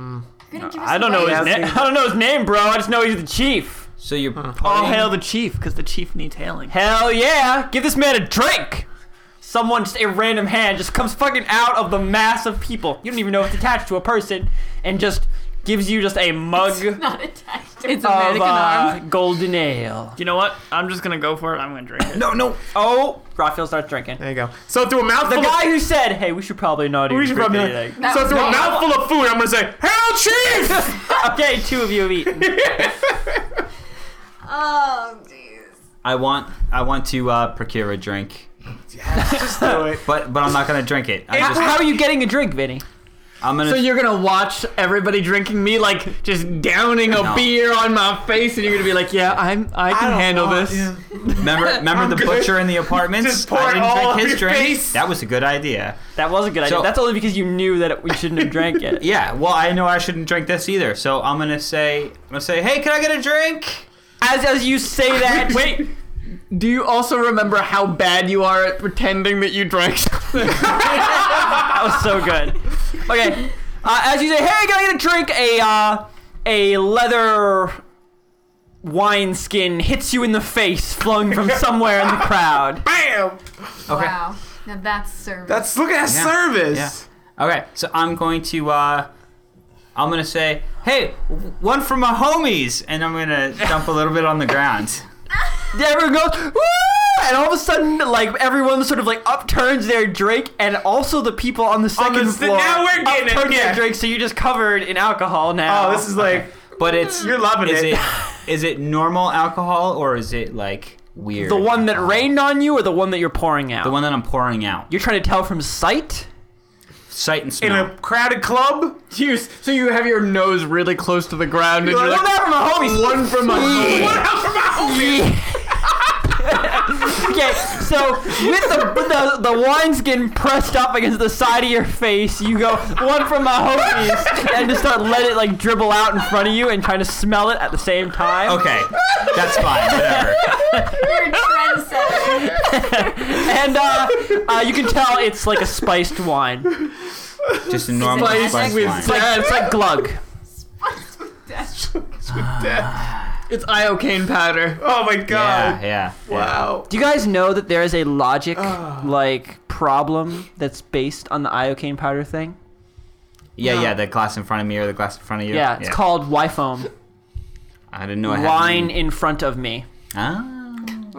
D: gonna give us
A: I don't know
D: away.
A: his
B: Yeah,
A: name.
B: see.
A: I don't know his name, bro. I just know he's the chief.
C: So you're
F: All
B: Oh,
C: partying-
F: hail the chief, because the chief needs hailing.
A: Hell yeah! Give this man a drink. Someone, just a random hand, just comes fucking out of the mass of people. You don't even know it's attached to a person, and just gives you just a mug.
D: Not attached. It's a
A: of
D: mannequin
A: uh,
D: arm.
A: golden ale.
F: You know what? I'm just gonna go for it. I'm gonna drink it.
A: No, no. Oh, Raphael starts drinking.
B: There you go. So through a mouthful,
A: The
B: of-
A: guy who said, "Hey, we should probably not
B: we
A: even
B: should
A: drink
B: probably.
A: anything."
D: That
B: so
D: was
B: through a
D: me.
B: mouthful of food, I'm gonna say, "Hail Chief!"
A: okay, two of you have eaten.
D: Oh, jeez.
C: I want I want to uh, procure a drink,
B: Just do it.
C: but but I'm not gonna drink it. I'm,
A: How,
C: just,
A: how are you getting a drink, Vinny?
C: I'm gonna.
F: So you're gonna watch everybody drinking me like just downing a
C: No.
F: beer on my face, and you're gonna be like, "Yeah, I'm I can
B: don't
F: handle
B: want-
F: this."
B: yeah.
C: remember remember
B: I'm
C: the
B: good.
C: butcher in the apartments?
B: Just pour
C: I
B: it
C: didn't
B: all
C: drink
B: over
C: his
B: your
C: drink.
B: face.
C: That was a good idea.
A: That was a good idea.
C: So-
A: That's only because you knew that it, we shouldn't have drank it.
C: Yeah. Well, I know I shouldn't drink this either. So I'm gonna say I'm gonna say, hey, can I get a drink?
A: As as you say that,
F: Wait, do you also remember how bad you are at pretending that you drank something?
A: that was so good. Okay, uh, as you say, "Hey, can I get a drink?" A uh, a leather wine skin hits you in the face, flung from somewhere in the crowd.
B: Bam!
D: Wow. Now that's service.
B: That's look at that
C: Yeah.
B: service.
C: Okay. So I'm going to. uh I'm gonna say, hey, w- one for my homies, and I'm gonna dump a little bit on the ground.
A: Everyone goes, "Woo!" and all of a sudden, like everyone sort of like upturns their drink, and also the people on the second
B: the st-
A: floor
B: now we're getting it,
A: upturn
B: yeah.
A: their drink. So you're just covered in alcohol now.
B: Oh, this is like
C: But it's
B: you're loving
C: is
B: it.
C: it is it normal alcohol or is it like weird?
A: the one that rained on you, or the one that you're pouring out.
C: The one that I'm pouring out.
A: you're trying to tell from sight.
C: Sight and
B: in
C: smell.
B: a crowded club.
F: You- so you have your nose really close to the ground, and
B: You're
F: you're
B: like,
F: like,
A: One out from a homie.
F: "One from my
B: What
F: home."
B: else from my homie?
A: Okay, so with the, with the the wineskin pressed up against the side of your face, you go one from my homies, and just start letting it like dribble out in front of you, and trying to smell it at the same time.
C: Okay, that's fine. Whatever.
D: You're a trendsetter.
A: and uh, uh, you can tell it's like a spiced wine.
C: Just a normal
D: Spice
C: spice
D: with
C: wine.
A: It's like, it's like glug.
D: What's with that?
F: It's iocane powder.
B: Oh my god.
C: Yeah, yeah. yeah.
B: Wow.
A: Do you guys know that there is a logic like problem that's based on the iocane powder thing?
C: Yeah, yeah. The glass in front of me or the glass in front of you.
A: Yeah, it's called Wyfoam.
C: I didn't know I had
A: Wine
C: any-
A: in front of me.
C: Ah.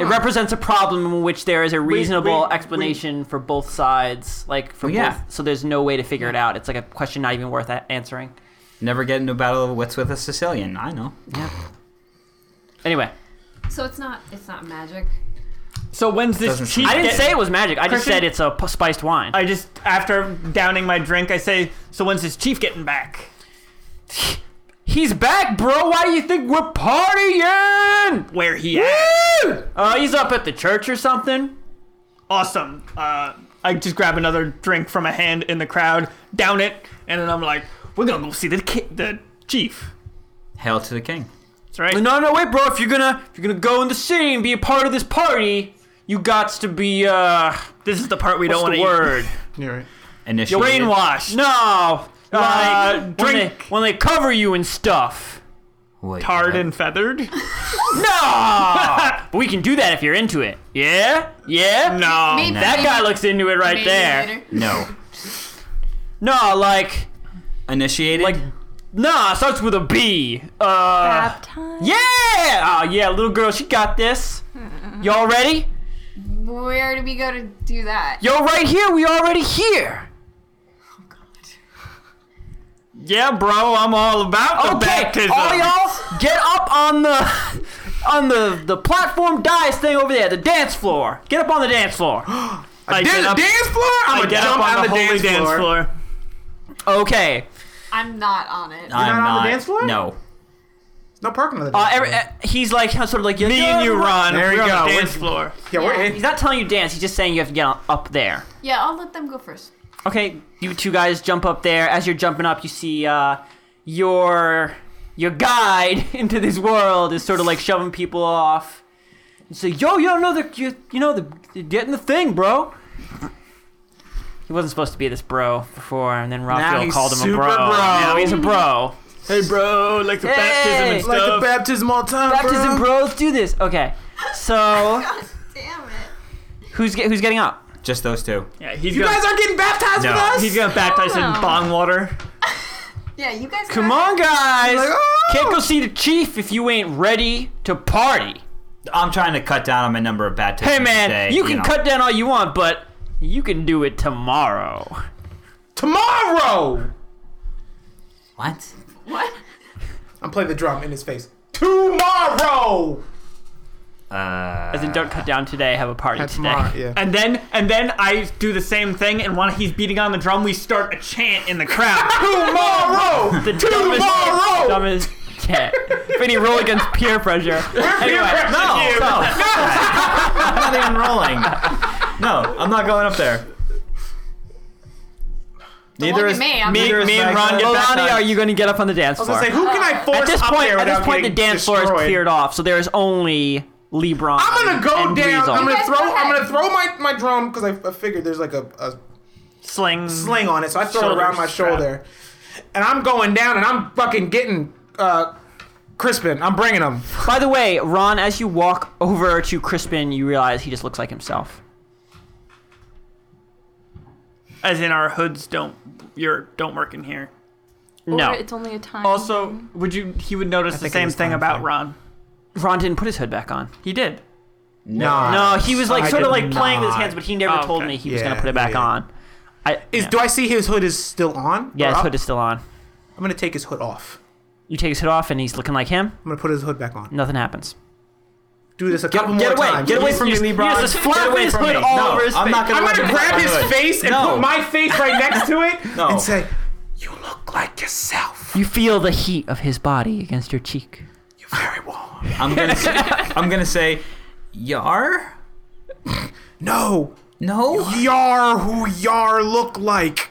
A: It represents a problem in which there is a reasonable
B: wait, wait.
A: explanation for both sides, like for
C: Well, yeah.
A: both. So there's no way to figure it out. It's like a question not even worth a- answering.
C: Never get into a battle of wits with a Sicilian. I know.
A: Anyway,
D: So it's not it's not magic.
F: So when's this
C: Doesn't
F: cheat?
A: I didn't
F: get-
A: say it was magic. I just
F: Christian?
A: said it's a p- spiced wine.
F: I just after downing my drink, I say, "So when's this chief getting back?"
A: He's back, bro. Why do you think we're partying?
F: Where he at?
A: Uh, he's up at the church or something.
F: Awesome. Uh, I just grab another drink from a hand in the crowd, down it, and then I'm like, "We're gonna go see the ki- the chief."
C: Hail to the king.
F: That's right.
A: No, no, wait, bro. If you're gonna if you're gonna go in the city and be a part of this party, you got to be uh.
F: This is the part we
A: What's
F: don't want
A: the
F: to
A: word?
B: You're right.
C: Initiated.
F: Brainwash.
A: No.
F: Like,
A: uh, when they,
F: drink.
A: when they cover you and stuff.
C: Wait,
F: Hard
C: what?
F: and feathered.
A: No! but we can do that if you're into it. Yeah? Yeah?
F: No.
D: Maybe-
A: That guy looks into it right
D: maybe
A: there.
D: later.
C: No.
A: No, like,
C: Initiated.
A: like, nah, starts with a B. Uh,
E: Baptized.
A: yeah! Oh, yeah, little girl, she got this.
D: Hmm.
A: Y'all ready?
D: Where do we go to do that? Oh,
A: Yo, right here, we already here.
F: Yeah, bro, I'm all about the
A: Okay,
F: baptism.
A: all y'all, get up on the, on the, the platform dice thing over there, the dance floor. Get up on the dance floor.
F: I
B: Dance,
F: get up,
B: dance floor? I'm
F: I
B: gonna
F: get up
B: jump
F: on, the, holy
B: dance, floor.
A: Okay.
D: I'm not on it.
C: I'm
B: not on the dance floor?
C: No.
B: No parking on the
A: Uh,
B: dance
A: every,
B: floor.
A: uh, he's like, sort of like,
F: Me and you, Ron.
B: There
F: we're
B: you
F: on
B: go.
F: the dance
B: We're-
F: floor.
B: yeah, we're
D: yeah.
B: in.
A: He's not telling you dance. He's just saying you have to get on, up there.
D: yeah, I'll let them go first.
A: Okay, you two guys jump up there. As you're jumping up, you see uh, your your guide into this world is sort of like shoving people off. And so, yo, yo, no, the you, you know the you're getting the thing, bro. He wasn't supposed to be this bro before, and then Raphael
B: he's
A: called him
B: super
A: a bro.
B: bro.
A: Now he's a bro.
F: Hey, bro, like the baptism
A: Hey!
F: and
B: Like the
F: stuff.
B: baptism all time.
A: Baptism bros do this. Okay, so
D: Damn it.
A: who's get, who's getting up?
C: Just those two.
F: yeah, he's
B: You
F: gonna,
B: guys aren't getting baptized
C: No.
B: with us?
F: he's gonna baptize in
D: Oh.
F: bong water.
D: Yeah, you guys
A: Come
D: got
A: on,
D: it.
A: guys!
B: Like, oh,
A: Can't go see the chief if you ain't ready to party.
C: I'm trying to cut down on my number of bad tips.
A: Hey man,
C: today,
A: you can
C: know.
A: cut down all you want, but you can do it tomorrow.
B: Tomorrow!
C: What?
D: What?
B: I'm playing the drum in his face. Tomorrow!
C: Uh,
A: As in, don't cut down today. Have a party
B: Have
A: today.
B: tomorrow, yeah.
F: And then and then I do the same thing, and while he's beating on the drum, we start a chant in the crowd.
B: Tomorrow!
A: The dumbest,
B: Tomorrow!
A: dumbest cat. Vinny, roll against peer pressure. anyway,
C: no, no, I'm not even rolling. No, I'm not going up there.
D: look
C: Neither
D: at
C: is
D: me, I'm
C: neither
D: like-
C: is
A: me and Ron
C: Magna.
A: get back on. are you going to get up on the dance
B: I was
A: floor?
B: gonna say, who can I force
A: at this
B: up
A: point,
B: there
A: at this
B: without
A: point, the
B: getting
A: dance
B: destroyed?
A: floor is cleared off, so there is only LeBron.
B: I'm gonna go
A: and
B: down.
A: Dweezil.
B: I'm gonna
D: guys
B: throw.
D: go
B: I'm gonna
D: ahead.
B: throw my, my drum because I, I figured there's like a, a
F: Sling.
B: sling on it, so I throw it around my
F: Shoulder strap.
B: shoulder, and I'm going down, and I'm fucking getting uh, Crispin. I'm bringing him.
A: By the way, Ron, as you walk over to Crispin, you realize he just looks like himself.
F: As in our hoods don't you're don't work in here.
A: No.
E: Or it's only a time.
F: Also, would you he would notice the
B: think it
F: same
B: was
F: thing
B: time
F: about
B: for-
F: Ron.
A: Ron didn't put his hood back on.
F: He did.
A: No, he was like
B: Uh, I
A: sort of
B: did
A: like playing with his
B: not.
A: hands, but he never
F: Oh,
A: told
F: okay.
A: me he was
B: Yeah,
A: gonna put it back
B: yeah.
A: on. I,
B: Is
A: yeah.
B: do I see his hood is still on?
A: yeah,
B: Or
A: his
B: up?
A: hood is still on.
B: I'm gonna take his hood off.
A: You take his hood off, and he's looking like him.
B: I'm gonna put his hood back on.
A: Nothing happens.
B: Do this a couple
A: get
B: more
A: away,
B: times.
A: get away from
B: me,
A: me, LeBron. Just flap
C: away
A: his
C: from
A: hood
C: me.
A: all
C: No,
A: over his
C: I'm
A: face.
C: not gonna.
B: I'm
C: let
B: gonna
C: him
B: grab
C: touch
B: his
C: my hood.
B: face and
C: No.
B: put my face right next to it
C: No.
B: and say, "You look like yourself.
A: You feel the heat of his body against your cheek.
B: You're very warm."
C: I'm gonna. Say, I'm gonna say, yar.
B: No,
C: No.
B: Yar who Yar look like.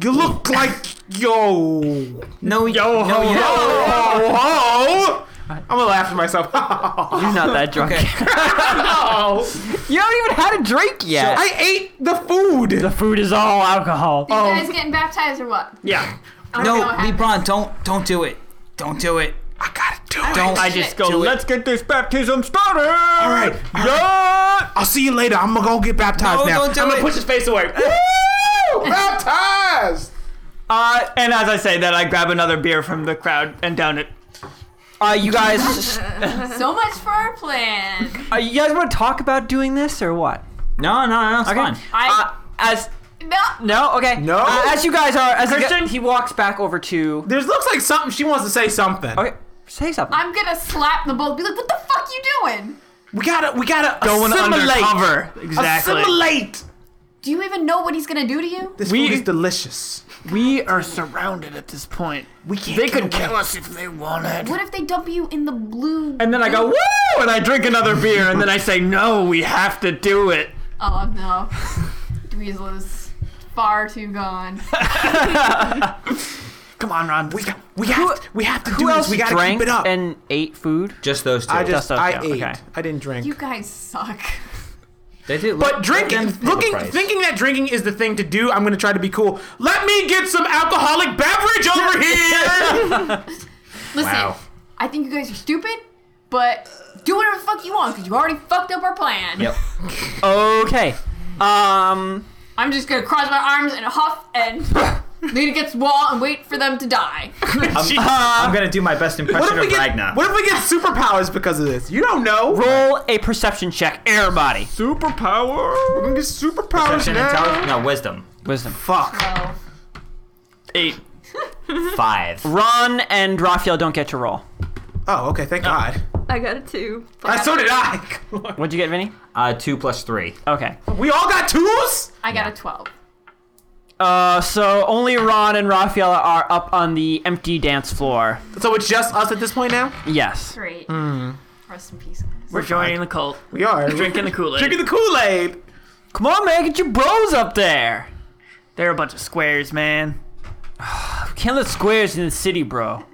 B: You look like yo. Yo
C: No. Yo
B: ho
C: no, yo.
B: ho. I'm gonna laugh at myself.
A: You're not that drunk.
C: Okay.
A: you haven't even had a drink yet.
B: I ate the food.
A: the food is all alcohol.
D: You guys getting baptized or what?
F: Yeah.
D: I don't
C: No,
D: know what happened.
C: LeBron, don't don't do it. Don't do it.
B: I gotta do it.
C: Don't.
F: I just go,
C: Do it.
F: let's get this baptism started.
B: All right. all right.
F: Yeah.
B: I'll see you later. I'm gonna go get baptized
C: No,
B: now.
C: don't do
B: I'm gonna
C: it.
B: push his face away. Woo! baptized.
F: Uh, and as I say that, I grab another beer from the crowd and down it.
A: Uh, you guys,
D: So much for our plan.
A: uh, you guys want to talk about doing this or what?
C: No, no, no. It's fine.
A: Uh,
D: I
A: as
D: no.
A: no, okay,
B: No.
A: Uh, as you guys are, as
F: Christian?
A: a, he walks back over to.
B: There's looks like something she wants to say something.
A: Okay, say something.
D: I'm gonna slap them both. Be like, what the fuck you doing?
B: We gotta we gotta
F: Going
B: assimilate.
F: undercover. Exactly.
B: Assimilate.
D: Do you even know what he's gonna do to you?
B: This
F: We-
B: food is delicious.
F: We are surrounded at this point.
B: We can't.
F: They
B: get
F: could
B: away.
F: kill us if they wanted.
D: What if they dump you in the blue?
F: And then I go, woo! And I drink another beer, and then I say, no, we have to do it.
D: Oh no. Dweezil is far too gone.
F: Come on, Ron.
B: We got. We have. to- we have to do
A: Who else
B: this. We gotta
A: drank
B: keep it up.
A: and ate food?
C: Just those two.
B: I just.
A: Just those
B: I
A: two,
B: ate.
A: okay.
B: I didn't drink.
D: You guys suck.
C: they do.
B: But drinking, looking, thinking that drinking is the thing to do, I'm gonna try to be cool. Let me get some alcoholic beverage over here.
D: Listen,
C: Wow.
D: I think you guys are stupid, but do whatever the fuck you want because you already fucked up our plan.
C: Yep.
A: Okay. Um.
D: I'm just gonna cross my arms and huff and lean against the wall and wait for them to die.
C: I'm, I'm gonna do my best
B: what
C: impression
B: if we
C: of
B: get?
C: Ragnar.
B: What if we get superpowers because of this? You don't know.
A: Roll a perception check, everybody.
B: We're
F: Superpower.
B: gonna get superpowers
C: Perception,
B: now.
C: intelligence? No, wisdom.
A: Wisdom.
B: Fuck.
D: So,
F: Eight.
C: Five.
A: Ron and Raphael don't get to roll.
B: Oh, okay. Thank God.
E: I got a two.
B: Uh, so did I.
A: What'd you get, Vinny?
C: Uh, two plus three.
A: Okay.
B: we all got twos.
D: I got a 12.
A: Uh, so only Ron and Raphael are up on the empty dance floor.
B: So it's just us at this point now.
A: Yes.
D: Great. Rest in peace. guys.
F: We're joining the cult.
B: We are
F: Drinking the Kool-Aid.
B: Drinking the Kool Aid.
A: Come on, man, get your bros up there.
F: They're a bunch of squares, man.
A: We can't let squares in the city, bro.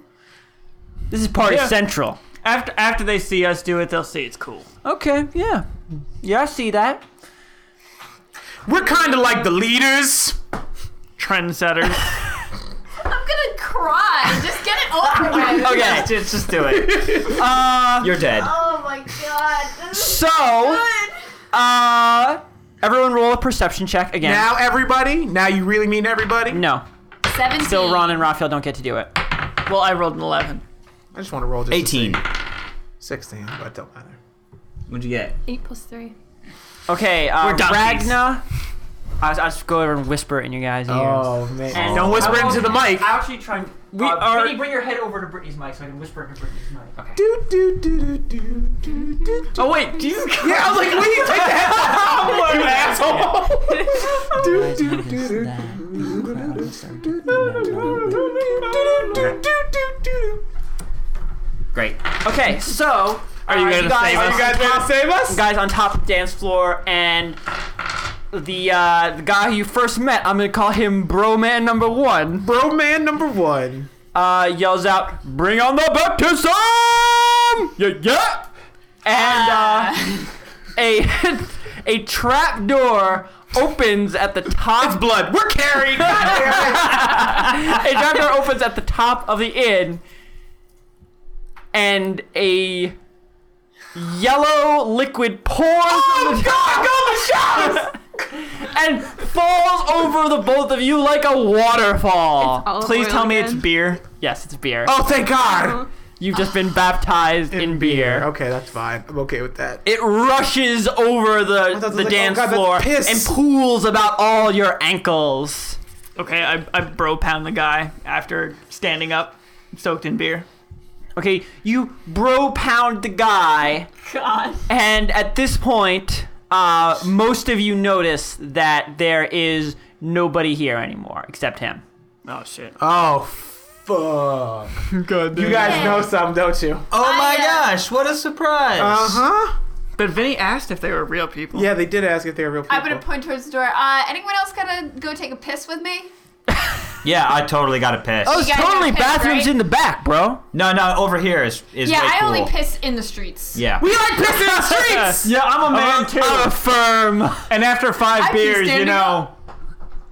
A: This is party
F: Yeah.
A: central.
F: After after they see us do it, they'll see it's cool.
A: Okay. Yeah. Yeah, I see that.
B: We're kind of like the leaders.
F: Trendsetters.
D: I'm gonna cry. Just get it over with.
A: Okay.
C: just, just do it.
A: Uh,
C: You're dead.
D: Oh my god. This is
A: so,
D: good.
A: uh, everyone roll a perception check again.
B: Now everybody. Now you really mean everybody.
A: no.
D: 17.
A: Still, Ron and Raphael don't get to do it.
F: well, I rolled an eleven.
B: I just want to roll just to see.
C: 18.
B: 16, but it don't matter.
C: What'd you get?
E: Eight plus three.
A: Okay, uh,
C: We're donkeys.
A: Ragna. I I'll just go over and whisper it in your guys' ears.
B: Oh, man.
A: And-
B: Don't whisper into the mic.
A: I'll Oh. actually try and. We
F: uh,
A: are.
F: Vinny,
A: bring your head over to Brittany's mic so I can whisper into Brittany's mic. Okay.
B: Do, do, do, do, do, do, do, do.
A: Oh wait, Jesus Christ!
B: Yeah, I was like, we need to take the head off. I'm an asshole. do, do, do, do, do.
C: Great.
A: Okay, so are
F: you gonna
A: guys,
F: save us?
A: Are you guys,
B: ready to save us?
A: guys on top of the dance floor and the uh, the guy who you first met? I'm gonna call him Bro Man Number One.
B: Bro man number one.
A: Uh, yells out, "Bring on the baptism!" Yeah, yeah. And
E: Ah.
A: uh, a a trap door opens at the top. It's blood. We're carried. a trap door opens at the top of the inn, and a yellow liquid pours. Oh God! Go the shots! and falls over the both of you like a waterfall.
E: It's olive
A: Please
E: oil
A: tell me
E: again.
A: it's beer. Yes, it's beer.
B: Oh, thank
E: Uh-huh.
B: God.
A: You've just been baptized in, beer.
B: Okay, that's fine. I'm okay with that.
A: It rushes over the,
B: thought that was
A: the
B: like, oh
A: dance
B: God, that's
A: floor
B: piss.
A: and pools about all your ankles.
F: Okay, I, I bro pound the guy after standing up, soaked in beer.
A: Okay, you bro pound the guy,
D: God.
A: and at this point, uh, most of you notice that there is nobody here anymore except him.
F: Oh shit.
B: Oh, fuck.
F: God
B: You guys know something, don't you? Uh
C: Oh my
E: uh,
C: gosh, what a surprise!
B: huh.
F: But Vinny asked if they were real people.
B: Yeah, they did ask if they were real people.
D: I'm gonna point towards the door. Uh, anyone else gotta go take a piss with me?
C: Yeah, I totally got a piss.
A: Oh, it's
D: guys are
A: totally
D: pissed,
A: bathrooms
D: right?
A: in the back, bro.
C: No, no, over here is is
D: yeah,
C: way
D: I only
C: cool.
D: piss in the streets.
C: Yeah.
A: We like pissing in the streets.
G: Yeah, I'm a man too.
A: I'm a firm.
G: and after 5
D: I'd be
G: beers, you
D: standing
G: know,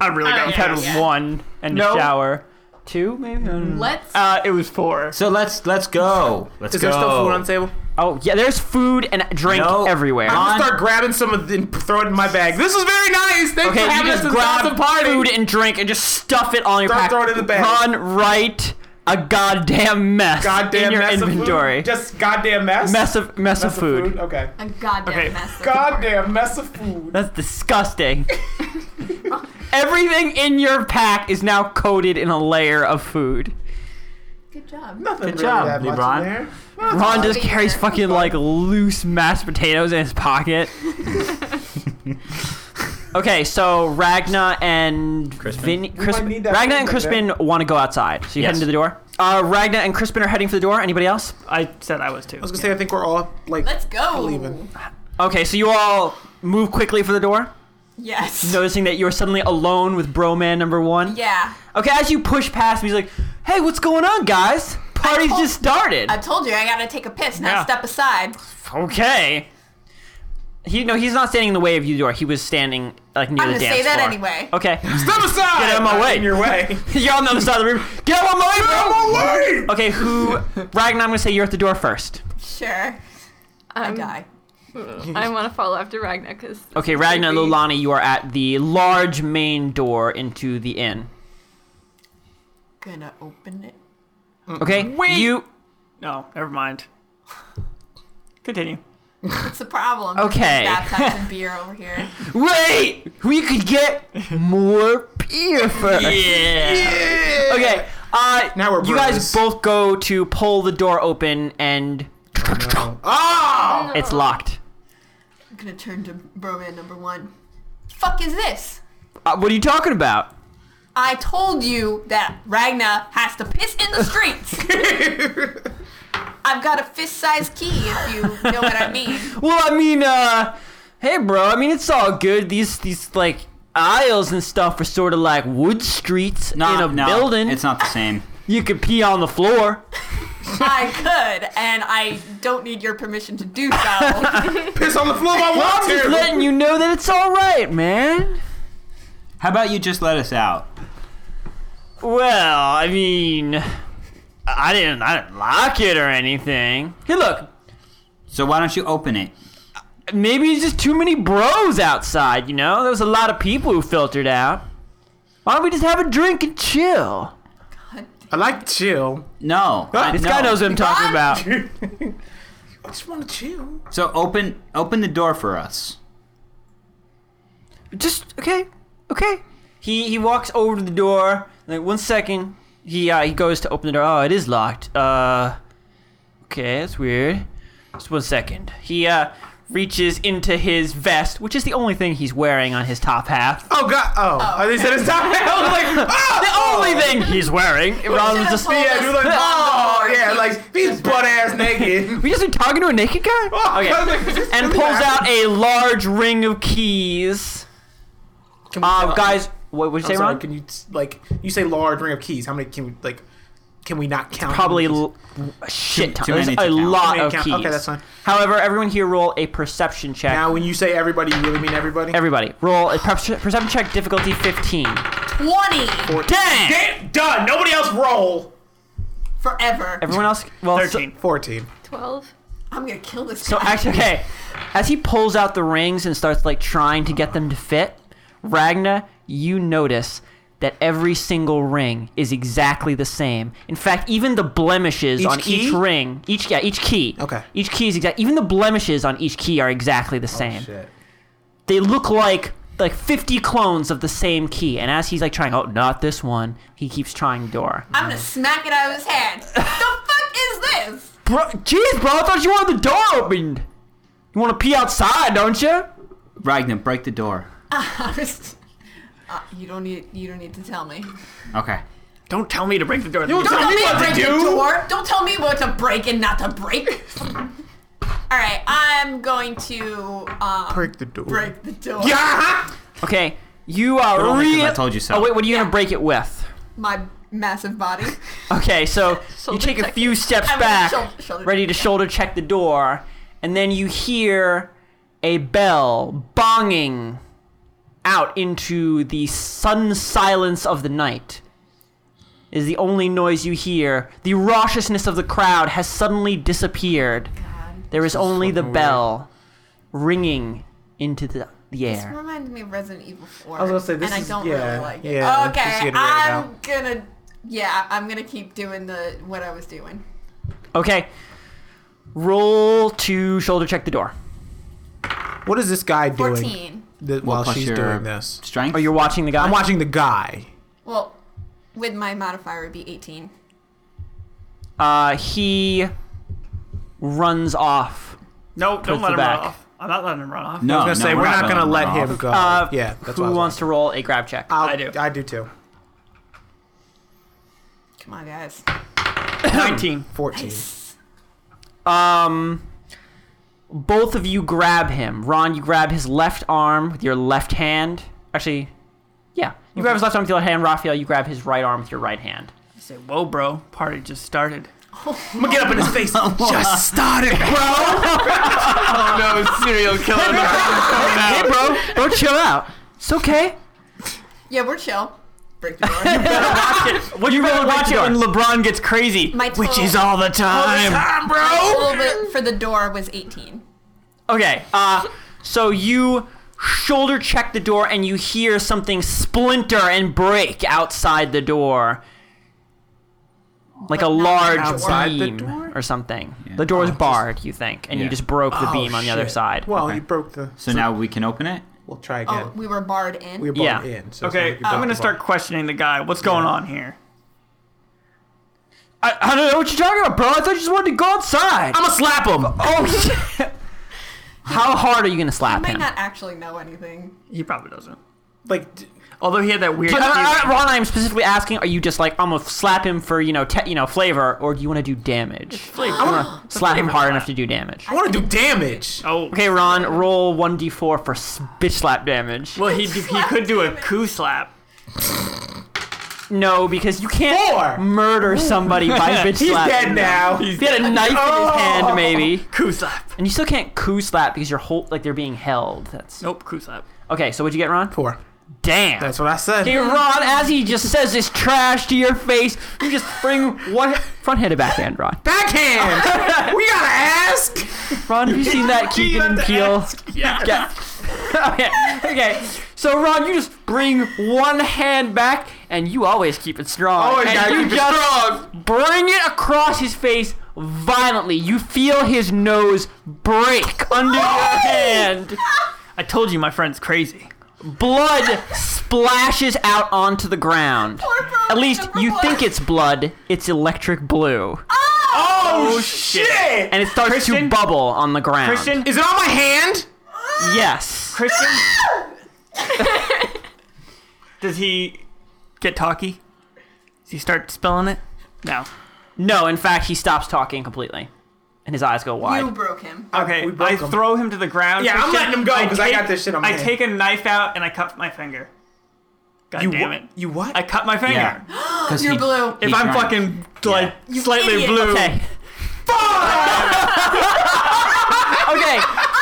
F: I really
D: All
F: got
D: right.
A: Had
F: pissed.
A: one and
G: No.
A: a shower. Two, maybe? Mm. I
B: Mm.
A: don't know.
D: Let's.
F: Uh, it was four.
C: so let's let's go. Let's
B: Is
C: go.
B: there still food on the table?
A: Oh yeah, there's food and drink
C: No.
A: everywhere.
C: I'm
B: I'm
C: On-
B: gonna start grabbing some of and throw it in my bag. This is very nice. Thanks
A: okay,
B: for
A: you
B: having us
A: just
B: at this
A: grab
B: awesome party.
A: food and drink and just stuff it on your
B: Throw-
A: pack.
B: throw it in the bag.
A: Run right a goddamn mess
B: goddamn
A: in your
B: mess
A: inventory.
B: Of food? Just goddamn mess.
A: mess of mess,
B: Mess
A: of food.
B: Okay.
D: a goddamn
F: okay.
D: mess. that's important.
B: Goddamn mess of food.
A: That's disgusting. Everything in your pack is now coated in a layer of food.
D: Good job.
B: Nothing
C: Good
B: really
C: job,
B: that much
C: LeBron.
B: in there.
A: Ron just
D: awesome.
A: carries fucking like loose mashed potatoes in his pocket. okay, so Ragna and
C: Crispin.
A: Vin- Crispin.
B: need that
A: Ragna
B: thing
A: and
B: back there.
A: Crispin want to go outside. So you
C: Yes.
A: heading to the door? Uh, Ragna and Crispin are heading for the door. Anybody else?
F: I said I was too.
B: I was gonna say I think we're all like
D: Let's go.
B: leaving.
A: Okay, so you all move quickly for the door,
D: Yes.
A: noticing that you are suddenly alone with Bro Man Number One.
D: Yeah.
A: Okay, as you push past him, he's like, "Hey, what's going on, guys? Party's
D: told-
A: just started."
D: I told you I gotta take a piss, not
A: Yeah.
D: step aside.
A: okay. He no, he's not standing in the way of you door. He was standing like near
D: I'm
A: the
D: gonna
A: dance
D: say that
A: floor.
D: anyway.
A: Okay.
B: Step aside.
A: Get out of my
B: I'm
A: way.
B: In your way.
A: You're on the other side of the room. Get out of my way, bro!
B: way.
A: Okay, who? Ragnar, I'm gonna say you're at the door first.
D: Sure. I
E: I'm,
D: die.
E: I want to follow after Ragna because.
A: Okay, Ragnar and Lolani, you are at the large main door into the inn.
D: Gonna open it.
A: Okay, you.
F: No, never mind. Continue.
D: It's the problem.
A: Okay.
D: Baptized in beer over here.
A: Wait, we could get more beer first. Yeah. Okay. Uh,
B: Now we're
A: you guys
B: bros.
A: both go to pull the door open and
B: Oh.
A: it's locked.
D: I'm gonna turn to Broman number one. Fuck is this?
A: Uh, what are you talking about?
D: I told you that Ragna has to piss in the streets. I've got a fist-sized key, if you know what I mean.
A: Well, I mean, uh, hey, bro. I mean, it's all good. These these like aisles and stuff are sort of like wood streets
C: Nah,
A: in a
C: no,
A: building.
C: It's not the same.
A: you could pee on the floor.
D: I could, and I don't need your permission to do so.
B: Piss on the floor. if I
A: Well, I'm
B: want
A: just
B: to.
A: letting you know that it's all right, man.
C: How about you just let us out?
A: Well, I mean, I didn't, I didn't lock it or anything. Hey, look,
C: So why don't you open it?
A: maybe it's just too many bros outside. You know, there was a lot of people who filtered out. Why don't we just have a drink and chill?
B: I like to chill.
C: No, I-
A: This
C: no.
A: guy knows what I'm talking about.
B: I just want to chill.
C: So open open the door for us.
A: Just okay, okay. He he walks over to the door. Like one second, he uh, he goes to open the door. Oh, it is locked. Uh, okay, that's weird. Just one second. He uh reaches into his vest, which is the only thing he's wearing on his top half.
B: Oh god! Oh, oh. they said it's time. I was like,
A: The
B: oh,
A: only thing he's wearing. Rather than just
D: told
B: yeah, dude, like,
A: Oh,
B: oh, yeah, like he's butt ass naked.
A: we just been talking to a naked guy.
B: Oh, I was like, is this
A: and
B: really
A: pulls out
B: happening?
A: a large ring of keys.
B: Can we
A: Um,
B: tell-
A: guys, what would you
B: I'm
A: say,
B: sorry,
A: Ron?
B: can you like you say large ring of keys? How many can we like? Can we not count?
A: Probably
B: How many
A: l- a shit ton.
C: too
A: There's
C: many
A: a
C: to count.
A: lot
B: Too many
A: of
B: to count.
A: keys.
B: Okay, that's fine.
A: However, everyone here roll a perception check.
B: keys? Now, when you say everybody, you really mean everybody.
A: Everybody, roll a perce- perception check difficulty 15.
D: 20
A: Dang!
B: Damn, done. Nobody else roll.
D: forever.
A: Everyone else, well, so-
F: 13.
B: Fourteen.
E: Twelve.
D: I'm gonna kill this
A: So,
D: guy.
A: actually, okay, as he pulls out the rings and starts like trying to get them to fit, Ragna, you notice that every single ring is exactly the same. In fact, even the blemishes
B: Each
A: on
B: key?
A: each ring, each yeah, each key.
B: Okay.
A: Each key is exact. Even the blemishes on each key are exactly the same.
B: Shit.
A: they look like like 50 clones of the same key and as he's like trying oh not this one he keeps trying door
D: I'm gonna smack it out of his hand. the fuck is this?
A: bro jeez bro i thought you wanted the door opened you want to pee outside don't you
C: Ragnar, break the door.
D: I was- uh, you don't need. You don't need to tell me.
C: Okay.
F: Don't tell me to break the door.
B: Don't
D: Don't
B: tell me
D: tell me
B: what
D: to
B: to
D: break
B: do.
D: the door. Don't tell me what to break and not to break. All right, I'm going to um,
B: Break the door.
D: break the door.
B: Yeah.
A: okay you are
C: only 'cause
A: real-
C: I told you so.
A: oh wait what are you
D: Yeah.
A: gonna break it with
D: My massive body.
A: okay so you
E: Shoulder
A: take a
E: check
A: few steps
D: I'm gonna
A: back
D: shoulder- shoulder
A: ready to
D: check, yeah.
A: shoulder check the door and then you hear a bell bonging out into the sudden silence of the night is the only noise you hear. The raucousness of the crowd has suddenly disappeared. There is only the
B: fucking
A: bell ringing into the, the
D: This
A: air.
D: reminds me of Resident Evil 4.
B: I was gonna say, this
D: and
B: is-
D: I don't
B: yeah,
D: really like it.
B: yeah, let's just
D: okay,
B: get it right
D: I'm gonna. Yeah, I'm gonna keep doing the what I was doing.
A: Okay. Roll to shoulder check the door.
B: What is this guy doing?
D: 14.
B: That,
C: Well,
B: while
C: plus
B: she's
C: your
B: doing this,
C: Strength.
A: Oh, you're watching the guy?
B: I'm watching the guy.
D: Well, with my modifier it would be 18.
A: Uh, he runs off.
F: No, don't
A: the
F: let him
A: back.
F: run off. I'm not letting him run off.
C: no,
B: I was
C: Oh,
B: gonna
C: no,
B: say we're not gonna let
C: run
B: him
C: off.
B: go.
A: Uh,
B: yeah, that's
A: who
B: what I was
A: wants to roll a grab check?
B: I'll-
F: I do.
B: I do too.
D: Come on, guys.
F: 19.
B: Fourteen.
A: Um, both of you grab him. Ron, you grab his left arm with your left hand. Actually, yeah, you grab his left arm with your left hand. Raphael, you grab his right arm with your right hand.
F: I say, whoa, bro. Party just started.
B: I'm gonna get up in his face. Just start it, bro.
F: Oh, no, serial killer.
A: Hey, bro, bro, chill out. It's okay.
D: Yeah, we're chill. Break the door.
A: What you really watch it
F: and LeBron gets crazy.
D: my total,
F: all the time.
B: Time,
D: my
B: bro.
D: total bit for the door was 18.
A: Okay. Uh, so you shoulder check the door and you hear something splinter and break outside the door. Like a large
B: Outside the
A: beam
B: door?
A: or something. The door is barred, you think, and you
C: Oh, Yeah.
A: just broke the
B: Oh,
A: beam on the other
B: shit.
A: side.
B: Well,
C: Okay.
B: you broke the.
C: So now we can open it.
B: We'll try again.
D: Oh, we were barred in.
B: we were both
A: Yeah.
B: in. So it's not
F: Okay,
B: like we broke
F: I'm going to
B: the
F: start
B: bar.
F: questioning the guy. What's going on here?
A: I, I don't know what you're talking about, bro. I thought you just wanted to go outside.
F: going to slap him.
A: oh, shit. How hard are you going to slap
D: might
A: him?
D: not actually know anything.
F: He probably doesn't.
B: Like, d-
F: Although he had that weird.
A: But, uh, uh, Ron, I'm specifically asking: Are you just like I'm gonna slap him for you know, te- you know, flavor, or do you want to do damage?
F: I want
A: slap him hard enough to do damage.
B: I want to do damage.
F: Oh,
A: Okay, Ron, roll 1d4 for s- bitch slap damage.
F: Well, he he could do a coup slap.
A: No, because you can't
B: Four.
A: murder somebody by bitch
B: He's
A: slap.
B: dead now.
A: If He had a knife in
B: Oh.
A: his hand, maybe,
F: Coup slap.
A: and you still can't coup slap because you're whole, like they're being held. That's
F: Nope, coup slap.
A: okay. So what'd you get, Ron?
B: Four.
A: Damn.
B: That's what I said.
A: Hey, Ron, as he just says this trash to your face, you just bring one front hand to backhand, Ron.
B: Backhand. we gotta ask.
A: Ron, have you seen that
B: You
A: Keegan
B: have
A: and
B: to
A: Peel?
B: ask. Yeah.
A: Yeah. okay. Okay. So Ron, you just bring one hand back, and you always keep it strong.
B: Always
A: and
B: gotta
A: you
B: keep it
A: just Bring it across his face violently. You feel his nose break under
B: Oh
A: your hand.
F: I told you my friend's crazy.
A: Blood splashes out onto the ground. At least you think it's blood. It's electric blue,
D: Ah!
B: Oh, shit.
A: and it starts
F: Christian?
A: to bubble on the ground.
F: Christian,
B: Is it on my hand?
A: Yes.
F: Christian. Does he get talky? Does he start spilling it? No.
A: No, in fact, he stops talking completely, and his eyes go
B: Oh
A: wide.
D: You broke him.
F: Okay,
B: we broke
F: I
B: him.
F: throw him to the ground.
B: Yeah, I'm
F: Christian.
B: letting him go, 'cause I
F: take-
B: got this shit on my
F: I
B: hand.
F: take a knife out and I cut my finger. God
B: You
F: damn
B: wha-
F: it!
B: You what?
F: I cut my finger.
C: Yeah. 'Cause
D: You're
C: he-
D: blue.
C: he
F: If I'm
C: drank.
F: fucking like slightly
D: idiot.
F: blue,
A: Okay. okay.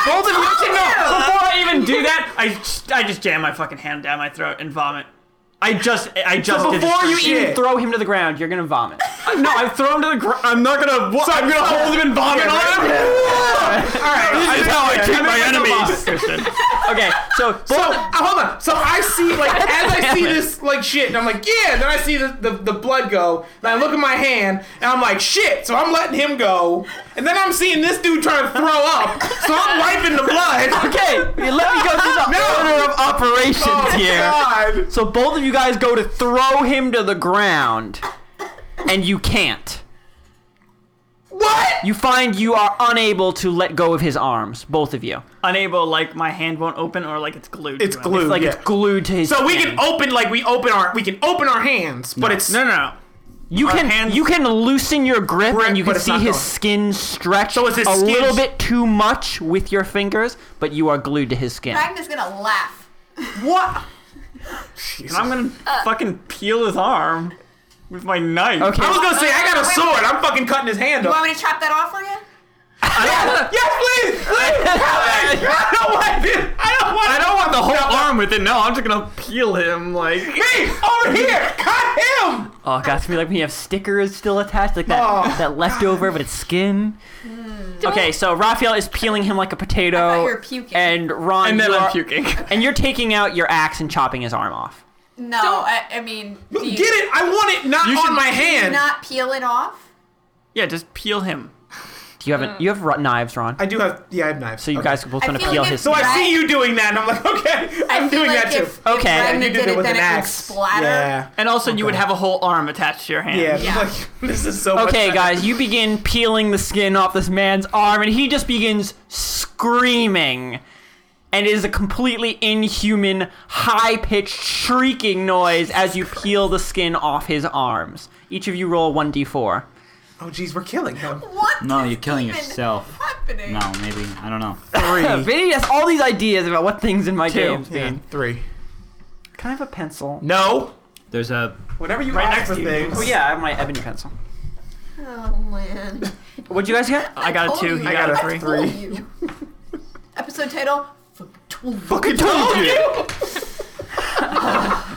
F: both of you actually, no. Before I even do that, I just- I just jam my fucking hand down my throat and vomit. I just I just did this
A: Before you
F: first.
A: even
B: Shit.
A: throw him to the ground, you're gonna vomit.
F: no, I throw him to the ground. I'm not gonna. wa- I'm gonna hold him and vomit on him.
B: Alright.
F: This is how I treat my
B: I'm gonna
F: enemies, Christian.
A: Okay. So
B: So uh, hold on. So I see like as I see this like shit, and I'm like, yeah. Then I see the, the, the blood go, and I look at my hand, and I'm like, shit. So I'm letting him go, and then I'm seeing this dude trying to throw up, so I'm wiping the blood.
A: okay, let me go through the order of operations
B: Oh
A: here.
B: God.
A: So both of you guys go to throw him to the ground, and you can't.
B: What?
A: You find you are unable to let go of his arms, both of you.
F: Unable, like my hand won't open or like it's glued.
B: It's
F: to him.
B: glued.
A: Like
B: yeah.
A: it's glued to his.
B: So we
A: skin.
B: can open like we open our we can open our hands, but it's
F: No, no, no.
A: You
F: Our
A: can
F: hands-
A: you can loosen your grip,
B: Grip,
A: and you can
B: but it's
A: see
B: not
A: his
B: going.
A: skin stretch
B: So it's his
A: a
B: skin-
A: little bit too much with your fingers, but you are glued to his skin.
D: Ragna's gonna laugh.
B: what?
F: And I'm gonna fucking peel his arm with my knife.
A: Okay.
B: I was gonna say I got a
D: Wait,
B: sword. I'm fucking cutting his hand
D: You
B: off.
D: want me to chop that off for you?
B: Yes, please, please. I don't want this. I don't want.
F: I don't want the whole arm with it. No, I'm just gonna peel him. Like
B: Me over here. Cut him.
A: Oh god, it's gonna be like when you have stickers still attached, like that
B: Oh.
A: that leftover, but it's skin. Okay, so Raphael is peeling him like a
D: Hmm. I thought
A: potato,
D: you were puking.
A: and Ron,
F: and then
A: you
F: I'm
A: are-
F: puking.
A: and you're taking out your axe and chopping his arm off.
D: No, I, I mean, do you,
B: Get it. I want it not
F: You should-
B: on my
D: do you
B: hand.
D: not peel it off?
F: Yeah, just peel him.
A: Do you have an, you have ru- knives, Ron?
B: I do have. Yeah, I have knives.
A: so you
B: Okay.
A: guys are both
D: Mm. I
A: gonna
D: feel
A: peel
D: like
A: his.
B: So
D: it's-
B: I see you doing that, and I'm like, okay,
D: I
B: I'm
D: feel
B: doing
D: like
B: that
D: if,
B: too.
D: if
A: Okay.
D: Ragna
B: And you
D: did
B: it
D: it,
B: with
D: then
B: an
D: it
B: axe.
D: would splatter.
B: Yeah.
F: And also, you would have a whole arm attached to your hand.
B: Yeah,
D: Yeah.
B: like, this is so. much
A: Okay,
B: better.
A: guys, you begin peeling the skin off this man's arm, and he just begins screaming. And it is a completely inhuman, high pitched shrieking noise as you peel the skin off his arms. Each of you roll 1d4.
B: Oh, jeez, we're killing him.
D: What
C: No,
D: is
C: you're killing
D: even
C: yourself.
D: Happening?
C: No, maybe I don't know.
B: Three,
A: Vinny has all these ideas about what things in my
F: games
A: games
B: yeah, three.
A: Can I have a pencil?
B: No.
C: There's a
B: Whenever you
F: Right
B: ask
F: next
B: for
F: to you.
B: things.
A: Oh, yeah, I have my ebony pencil.
D: Oh man.
A: What'd you guys get?
F: I got a
D: told
F: two.
D: you.
F: You
D: I
F: got,
B: got
F: a
B: a
F: three.
B: three.
D: Told you. Episode title. Fuck told you.
B: Fucking told you.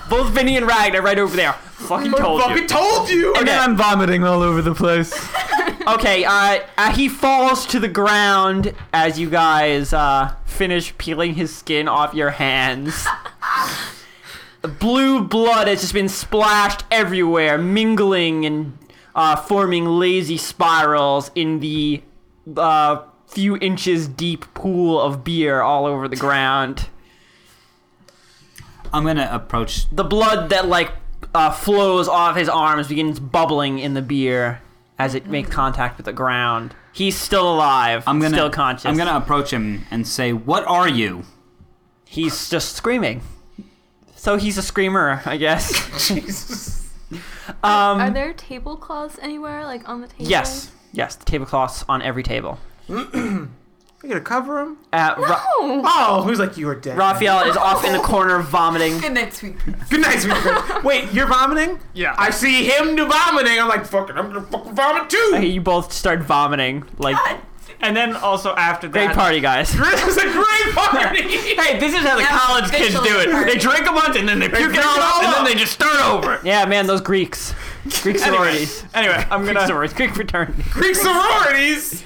A: Both Vinny and Ragnar right over there. Fucking told you.
B: Fucking told you.
A: Okay.
F: I'm vomiting all over the place.
A: Okay, uh, uh, he falls to the ground as you guys uh, finish peeling his skin off your hands. Blue blood has just been splashed everywhere, mingling and uh, forming lazy spirals in the uh, few inches deep pool of beer all over the ground.
C: I'm gonna approach.
A: The blood that like uh, flows off his arms begins bubbling in the beer as it makes contact with the ground. He's still alive.
C: I'm gonna
A: still conscious.
C: I'm gonna approach him and say, "What are you?"
A: He's just screaming. So he's a screamer, I guess.
B: Jesus.
E: Are there tablecloths anywhere, like on the table?
A: Um, yes, yes. The tablecloths on every table.
B: You gonna cover him?
A: Uh, Ra-
E: Oh,
B: Oh, who's like you are dead.
A: Raphael is off in the corner vomiting.
D: Good night, sweet.
B: Good night, sweet girl. Wait, you're vomiting?
F: Yeah.
B: I see him do vomiting. I'm like, fucking, I'm gonna fucking vomit too.
A: You both start vomiting. Like
F: and then also after that,
A: great party, guys.
B: This is a great party.
F: Hey, this is how the
D: Now
F: college kids
D: official
F: do it.
D: party.
F: They drink a bunch and then they puke it
B: drink
F: all
B: it all
F: up and then
B: up.
F: they just start over.
A: Yeah, man, those Greeks. Greek
F: Anyway,
A: sororities.
F: anyway, I'm
A: Greek
F: gonna,
A: sororities. Greek fraternity.
B: Greek sororities.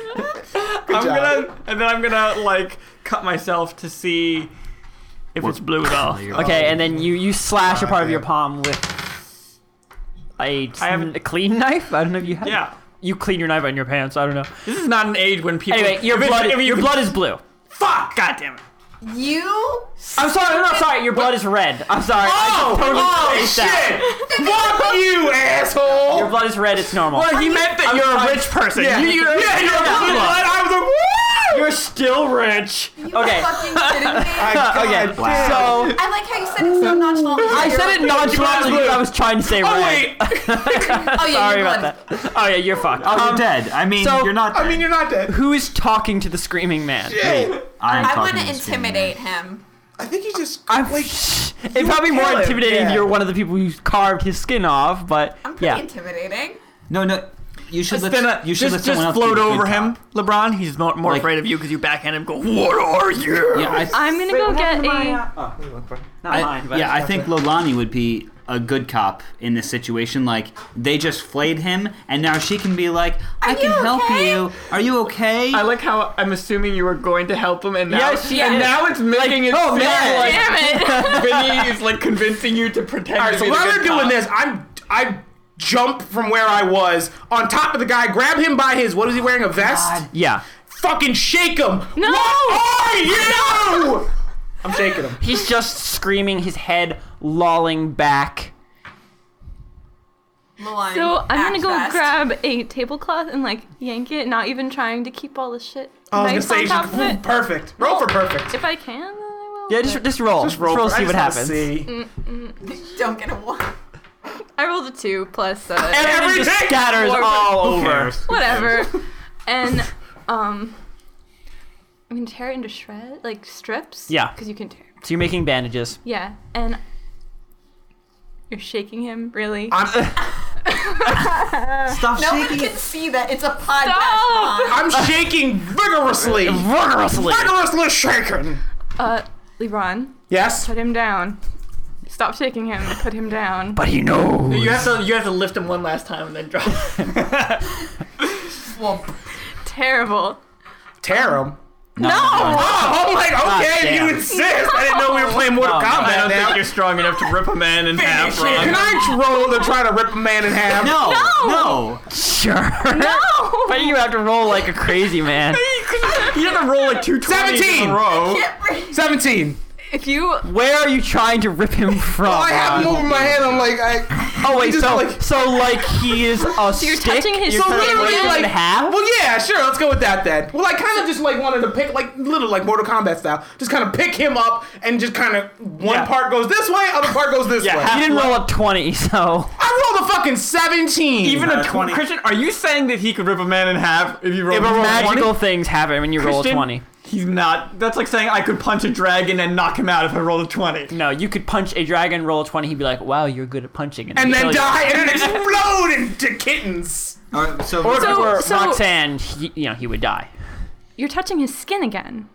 F: I'm
B: job.
F: gonna, and then I'm gonna like cut myself to see if it's blue at all.
A: Okay, and then you you slash a part of your palm with a,
F: I haven't-
A: a clean knife. I don't know if you have.
F: Yeah.
A: You clean your knife on your pants. I don't know.
F: This is not an age when people.
A: Anyway, your
F: If it-
A: blood
F: if you
A: your
F: could-
A: blood is blue.
F: Fuck! God damn it.
D: You?
A: I'm sorry. I'm not sorry. Your blood is red. I'm sorry. I
B: Oh,
A: just totally
B: oh
A: spaced out.
B: shit! Fuck you,
A: Your
B: asshole!
A: blood is red. It's normal.
F: Well, he meant that
A: I'm-
F: you're
A: I'm-
F: a rich person.
B: Yeah,
F: You- you're-
B: yeah, you're a blue blood. I was like, woo!
A: You're still rich. Okay.
D: Fucking kidding me? I,
A: okay.
B: God damn.
A: So
D: like how you said it so nonchalantly.
A: I said it nonchalantly because I was trying to say
B: Oh
A: red.
B: wait,
D: Oh yeah,
A: Sorry
D: you're
A: about
D: blood.
A: that. Oh yeah, you're fucked.
C: Oh, you're
A: Um,
C: dead. I mean,
A: so-
C: you're not. Dead.
B: I mean you're not dead.
A: Who is talking to the screaming man?
B: Yeah.
C: I'm
D: I
C: talking
D: want to
C: this game.
D: intimidate him.
B: I think you just
A: I'm
B: like
A: It'd probably be more
B: kill him,
A: intimidating
B: yeah.
A: if you're one of the people who carved his skin off, but
D: I'm pretty
A: yeah.
D: intimidating.
C: No, no. You should
F: Just,
C: let.
F: then, uh,
C: you should
F: just,
C: let
F: just
C: someone else
F: float
C: do the good
F: over
C: job.
F: him, LeBron. He's more, more
C: Like-
F: afraid of you because you backhand him. Go. What are you?
C: Yeah, I, th-
E: I'm gonna go get
D: uh,
E: a.
A: Not
C: I-
A: mine, but
C: yeah, I think Lolani would be a good cop in this situation. Like they just flayed him, and now she can be like, "I can
D: you
C: help
D: okay?
C: you. Are you okay?"
F: I like how I'm assuming you were going to help him, and now,
A: Yes,
F: and
A: yes.
F: now it's making it
A: oh,
F: seem
A: man.
F: like
E: Damn it!
F: Vinny is like convincing you to pretend.
B: All right,
F: to
B: so
F: be
B: while
F: the
B: they're
F: good
B: doing
F: cop.
B: this, I'm I jump from where I was on top of the guy, grab him by his what is he wearing a vest?
A: yeah.
B: Fucking shake him! No! What are you? I'm shaking him.
A: He's just screaming, his head lolling back.
D: Malone,
E: So I'm gonna
D: act
E: go
D: fast.
E: grab a tablecloth and like yank it, not even trying to keep all the shit
A: Oh,
B: I was gonna
E: nice
B: say
E: on top
B: just
E: of it.
B: perfect. Roll for perfect.
E: If I can, then I will.
A: Yeah, just,
E: but-
A: just roll.
B: Just roll, for,
A: see
B: I
A: what
B: just wanna
A: happens.
B: see.
D: Don't get a one.
E: I rolled a two plus. Uh,
A: And it
B: Everything
A: just scatters
B: Whatever.
A: all
B: Who
A: over.
B: cares?
E: whatever. and um, I'm gonna tear it into shred, like strips.
A: Yeah.
E: Because you can tear.
A: So you're making bandages.
E: Yeah, and you're shaking him really.
B: I'm
C: Stop
D: No one
C: shaking.
D: can see that. It's a podcast. Mom.
E: Stop!
B: I'm shaking vigorously.
A: Vigorously.
B: Vigorously shaking.
E: Uh, LeBron,
B: Yes.
E: put him down. Stop shaking him. Put him down.
A: But he knows.
F: You have to you have to lift him one last time and then drop. him.
D: Whoop.
E: Terrible.
B: Tear him.
C: No.
B: Oh, I'm like, okay, if
A: damn.
B: you insist. I didn't know we were playing Mortal
F: I
B: Kombat
F: don't
B: now.
F: think you're strong enough to rip a man in half. Ron.
B: Can I roll to try to rip a man in half?
C: No. No. no.
A: Sure.
E: No.
A: But you have to roll like a crazy man.
F: You have to roll like two twenties in
B: 17.
F: a row.
B: 17.
E: If you
A: Where are you trying to rip him from?
B: I have him
A: Ron?
B: over my head. I'm like, I.
A: Oh wait,
B: just
A: so
B: like-
A: so like he is a so
E: you're touching his
A: you're
E: So
A: kinda
B: literally,
A: splitting him in
B: like-
A: half.
B: Well, yeah, sure. Let's go with that then. Well, I kind of just like wanted to pick, like, little, like Mortal Kombat style. Just kind of pick him up and just kind of one
A: Yeah.
B: part goes this way, other part goes this way.
A: You didn't roll up twenty, so
B: I rolled a fucking 17.
F: Even a
C: Uh, 20.
F: Christian, are you saying that he could rip a man in half if you roll?
B: If I roll
A: magical things happen when you roll a
F: Christian,
A: twenty.
F: He's not. That's like saying I could punch a dragon and knock him out if I rolled a twenty.
A: No, you could punch a dragon, roll a twenty, he'd be like, "Wow, you're good at punching,"
B: and
A: he'd
B: then
A: kill you.
B: die and then explode into kittens.
C: All right, so
A: Or if
E: So-
A: it were
E: so-
A: Roxanne, he, you know, he would die.
E: you're touching his skin again.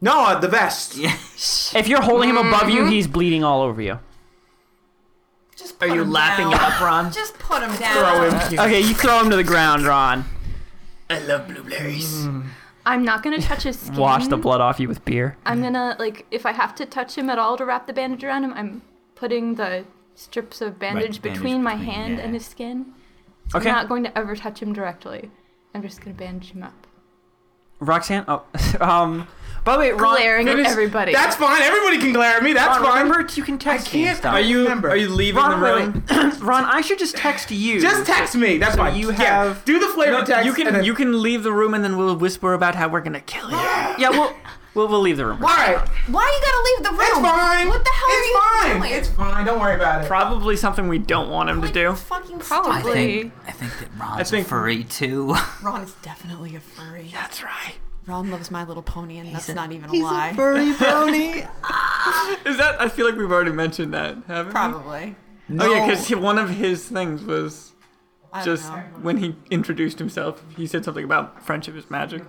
B: No, the vest.
A: If you're holding him above
E: Mm-hmm.
A: you, he's bleeding all over you.
D: Just put
F: Are you
D: him
F: lapping
D: down.
F: it up, Ron?
D: Just put him
B: Throw
D: down.
B: him.
A: Okay, you throw him to the ground, Ron.
E: Mm-hmm.
F: I love blueberries.
E: I'm not gonna touch his skin.
A: Wash the blood off you with beer.
E: I'm gonna like if I have to touch him at all to wrap the bandage around him, I'm putting the strips of
C: bandage
E: bandage between my
C: between,
E: hand
C: yeah.
E: and his skin.
A: Okay,
E: I'm not going to ever touch him directly. I'm just gonna bandage him up.
A: Roxanne. Oh, um. By the way, Ron,
E: Glaring at
B: Finish-
E: everybody.
B: That's fine. Everybody can glare at me. That's
A: Ron,
B: fine.
A: remember you can text me and
B: can't-
A: stuff.
F: Are you
B: Remember.
F: are you leaving
A: Ron,
F: the
A: wait,
F: room?
A: wait. Ron, I should just text you.
B: Just text me. That's fine.
F: you
B: Yeah,
F: have-
B: do the flavor
F: No,
B: text.
F: you can
B: and then-
F: you can leave the room and then we'll whisper about how we're gonna kill you.
A: yeah, we'll, we'll we'll leave the room.
B: All right.
D: Why you gotta leave the room?
B: It's fine.
D: Oh, What the hell
B: it's
D: are you
B: fine.
D: doing?
B: It's fine. Don't worry about it.
F: Probably something we don't want him to do.
D: Fucking
C: I
D: probably.
C: think, I think that Ron's
F: think-
C: a furry too.
D: Ron is definitely a furry.
F: That's right.
D: Ron loves My Little Pony, and that's not even a lie.
C: furry pony.
F: Is that? I feel like we've already mentioned that, haven't
D: Probably.
F: we? Oh yeah, because one of his things was
D: I don't
F: just
D: know.
F: when he introduced himself, he said something about friendship is magic.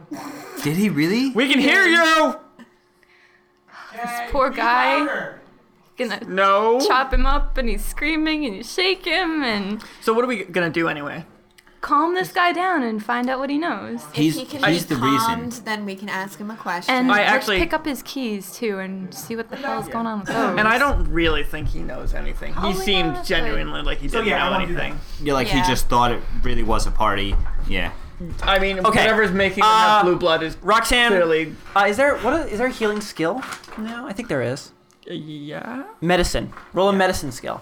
C: Did he really?
F: We can hear you.
E: Poor guy. Gonna
F: No.
E: chop him up and he's screaming and you shake him and
F: So what are we gonna do anyway?
E: calm this guy down and find out what he knows.
C: He's,
D: if he can
C: he's
D: be
C: the
D: calmed,
C: reason.
D: then we can ask him a question.
E: And
F: I
E: let's
F: actually-
E: pick up his keys too and see what the hell's going on with those.
F: And I don't really think he knows anything. He
E: Oh, yeah,
F: seemed
E: that's
F: genuinely like he didn't
B: yeah, I
F: know
B: wanna do that.
F: anything.
C: You're like
D: Yeah.
C: he just thought it really was a party. Yeah.
F: I mean,
A: Okay.
F: whatever's making him have
A: Uh,
F: blue blood is
A: Roxanne,
F: clearly.
A: uh, is there what is, is there a healing skill? No, I think there is.
F: Yeah.
A: Medicine. Roll a medicine skill.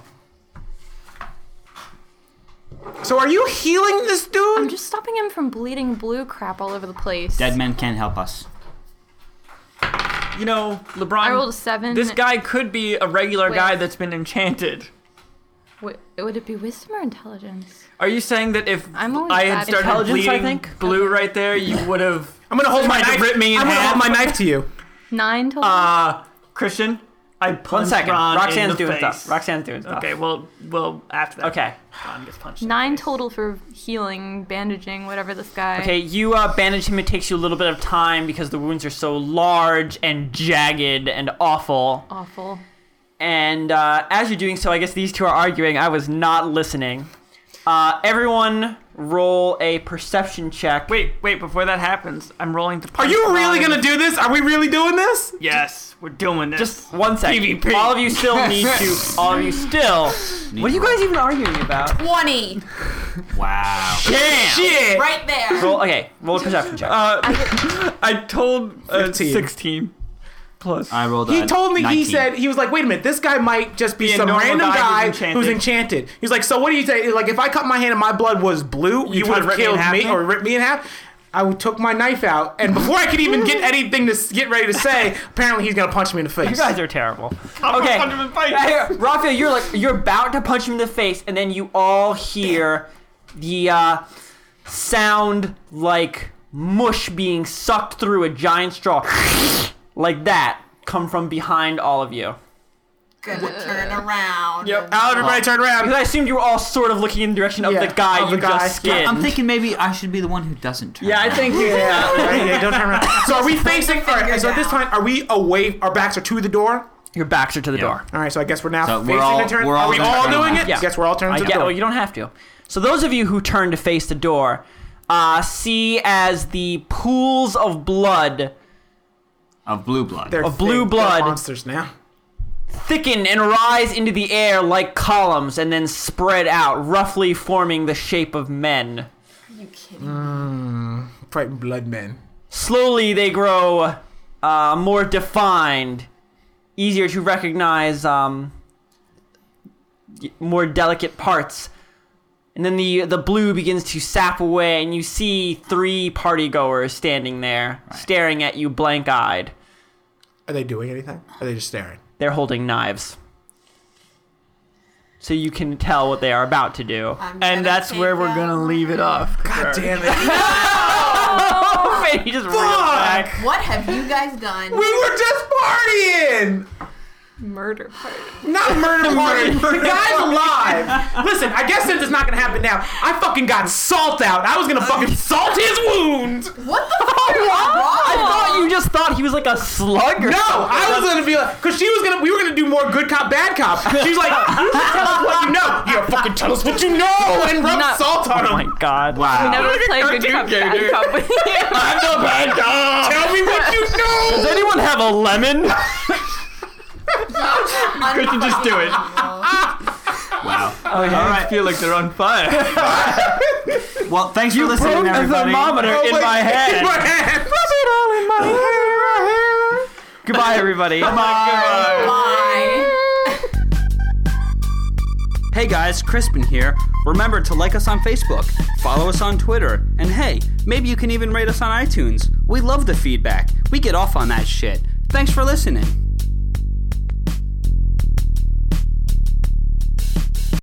B: So are you healing this
E: I'm
B: dude?
E: just stopping him from bleeding blue crap all over the place.
C: Dead men can't help us.
F: You know, LeBron.
E: I rolled a seven.
F: This guy could be a regular
E: Wait.
F: guy that's been enchanted.
E: W- would it be wisdom or intelligence?
F: Are you saying that if
E: I'm always
F: I had
E: bad.
F: started
A: Intelligence, I
F: bleeding
A: think?
F: blue right there, you would have.
B: I'm gonna hold my
F: Tried to
B: knife.
F: rip me in
B: I'm gonna
F: half.
B: hold my knife to you.
E: Nine total.
F: Uh, Christian, I punched
A: One second.
F: Ron in
A: Roxanne's
F: the
A: doing
F: face.
A: stuff. Roxanne's doing stuff.
F: Okay, well, well, after that.
A: Okay.
F: Ron gets punched. in the
E: Nine
F: face.
E: total for healing, bandaging, whatever this guy.
A: Okay, you uh, bandage him. It takes you a little bit of time because the wounds are so large and jagged and awful.
E: Awful.
A: And uh, as you're doing so, I guess these two are arguing. I was not listening. Uh, everyone, roll a perception check.
F: Wait, wait, before that happens, I'm rolling to
B: Are
F: punch
B: you really
F: Ron.
B: gonna do this? Are we really doing this?
F: Yes, we're doing this.
A: just one second.
F: PvP.
A: All of you still need to. All of you still. What are you guys even arguing about?
D: 20.
C: Wow.
B: Shit.
D: Right there.
A: Roll, okay, roll a perception check.
F: Uh, I told uh,
B: 15.
F: 16 plus.
C: I rolled a
B: He told me
C: 19.
B: he said he was like, wait a minute, this guy might just be,
F: a
B: some
F: normal
B: random
F: guy
B: guy,
F: who's
B: who's
F: enchanted."
B: enchanted. He's like, so what do you say? Like, if I cut my hand and my blood was blue, you,
F: tried
B: would have
F: to rip me in
B: killed
F: half
B: me
F: then?
B: or ripped me in half. I took my knife out, and before I could even get anything to s- get ready to say, apparently he's gonna punch me in the face.
A: you guys are terrible.
F: gonna
A: okay,
F: punch him in the face.
A: Hey, Raphael, you're like you're about to punch him in the face, and then you all hear the uh, sound like mush being sucked through a giant straw, like that, come from behind all of you.
D: Gonna turn around.
B: Yep. Al, Oh, everybody turn around.
A: Because I assumed you were all sort of looking in the direction of
B: Yeah,
A: the guy
B: of
A: you
B: the guy.
A: just skinned.
C: I'm thinking maybe I should be the one who doesn't turn.
F: yeah, I
C: around.
F: think you
B: Yeah, right, yeah, don't turn around. So are we facing? All right, so at this
D: down.
B: time, are we away? Our backs are to the door.
A: Your backs are to the
C: Yeah.
A: door.
B: All right, so I guess we're now
C: So we're
B: facing
C: all-
B: the turn.
C: we're all
B: are we
C: gonna
B: all
C: turn
B: doing
C: around.
B: it?
C: Yeah.
B: Guess we're all turning
A: I
B: to the
A: get.
B: door.
C: Oh,
A: Well, you don't have to. So those of you who turn to face the door, uh, see as the pools of blood
C: of blue blood.
B: They're
A: of blue
B: big, they're
A: blood.
B: monsters now.
A: thicken and rise into the air like columns, and then spread out, roughly forming the shape of men.
D: You kidding? me?
B: Frightened blood men.
A: Slowly they grow uh, more defined, easier to recognize, um, y- more delicate parts. And then the the blue begins to sap away, and you see three party goers standing there, staring at you blank eyed.
B: Are they doing anything? Are they just staring?
A: They're holding knives. So you can tell what they are about to do.
D: I'm gonna
F: And that's
D: take
F: where we're
D: out
F: going to leave it off.
B: God damn it.
A: Oh, man, he just reeled back.
D: What have you guys done?
B: we were just partying!
E: Murder party.
B: Not murder party. the guy's alive. Listen, I guess since it's not gonna happen now, I fucking got salt out. I was gonna fucking salt his wound.
D: what the fuck?
A: I thought you just thought he was like a slug or
B: No, I was gonna be like, cause she was gonna, we were gonna do more good cop, bad cop. She's like, you should tell us what you know. Yeah, fucking tell us what you know and rub
E: Not-
B: salt on
A: Oh my
B: him.
A: god. Wow.
F: Uh,
E: I never played good cop, bad cop with you.
B: I'm the bad cop. Tell me what you know.
A: Does anyone have a lemon?
D: Christian,
F: just do it.
C: Wow.
A: All
F: Oh, I feel like they're on fire.
C: Well, thanks for listening,
A: broke a
C: everybody.
B: Oh,
A: thermometer in my
B: In my
A: hand.
B: hand.
A: Goodbye, everybody.
D: Bye.
C: Hey guys, Crispin here. Remember to like us on Facebook, follow us on Twitter, and hey, maybe you can even rate us on iTunes. We love the feedback. We get off on that shit. Thanks for listening.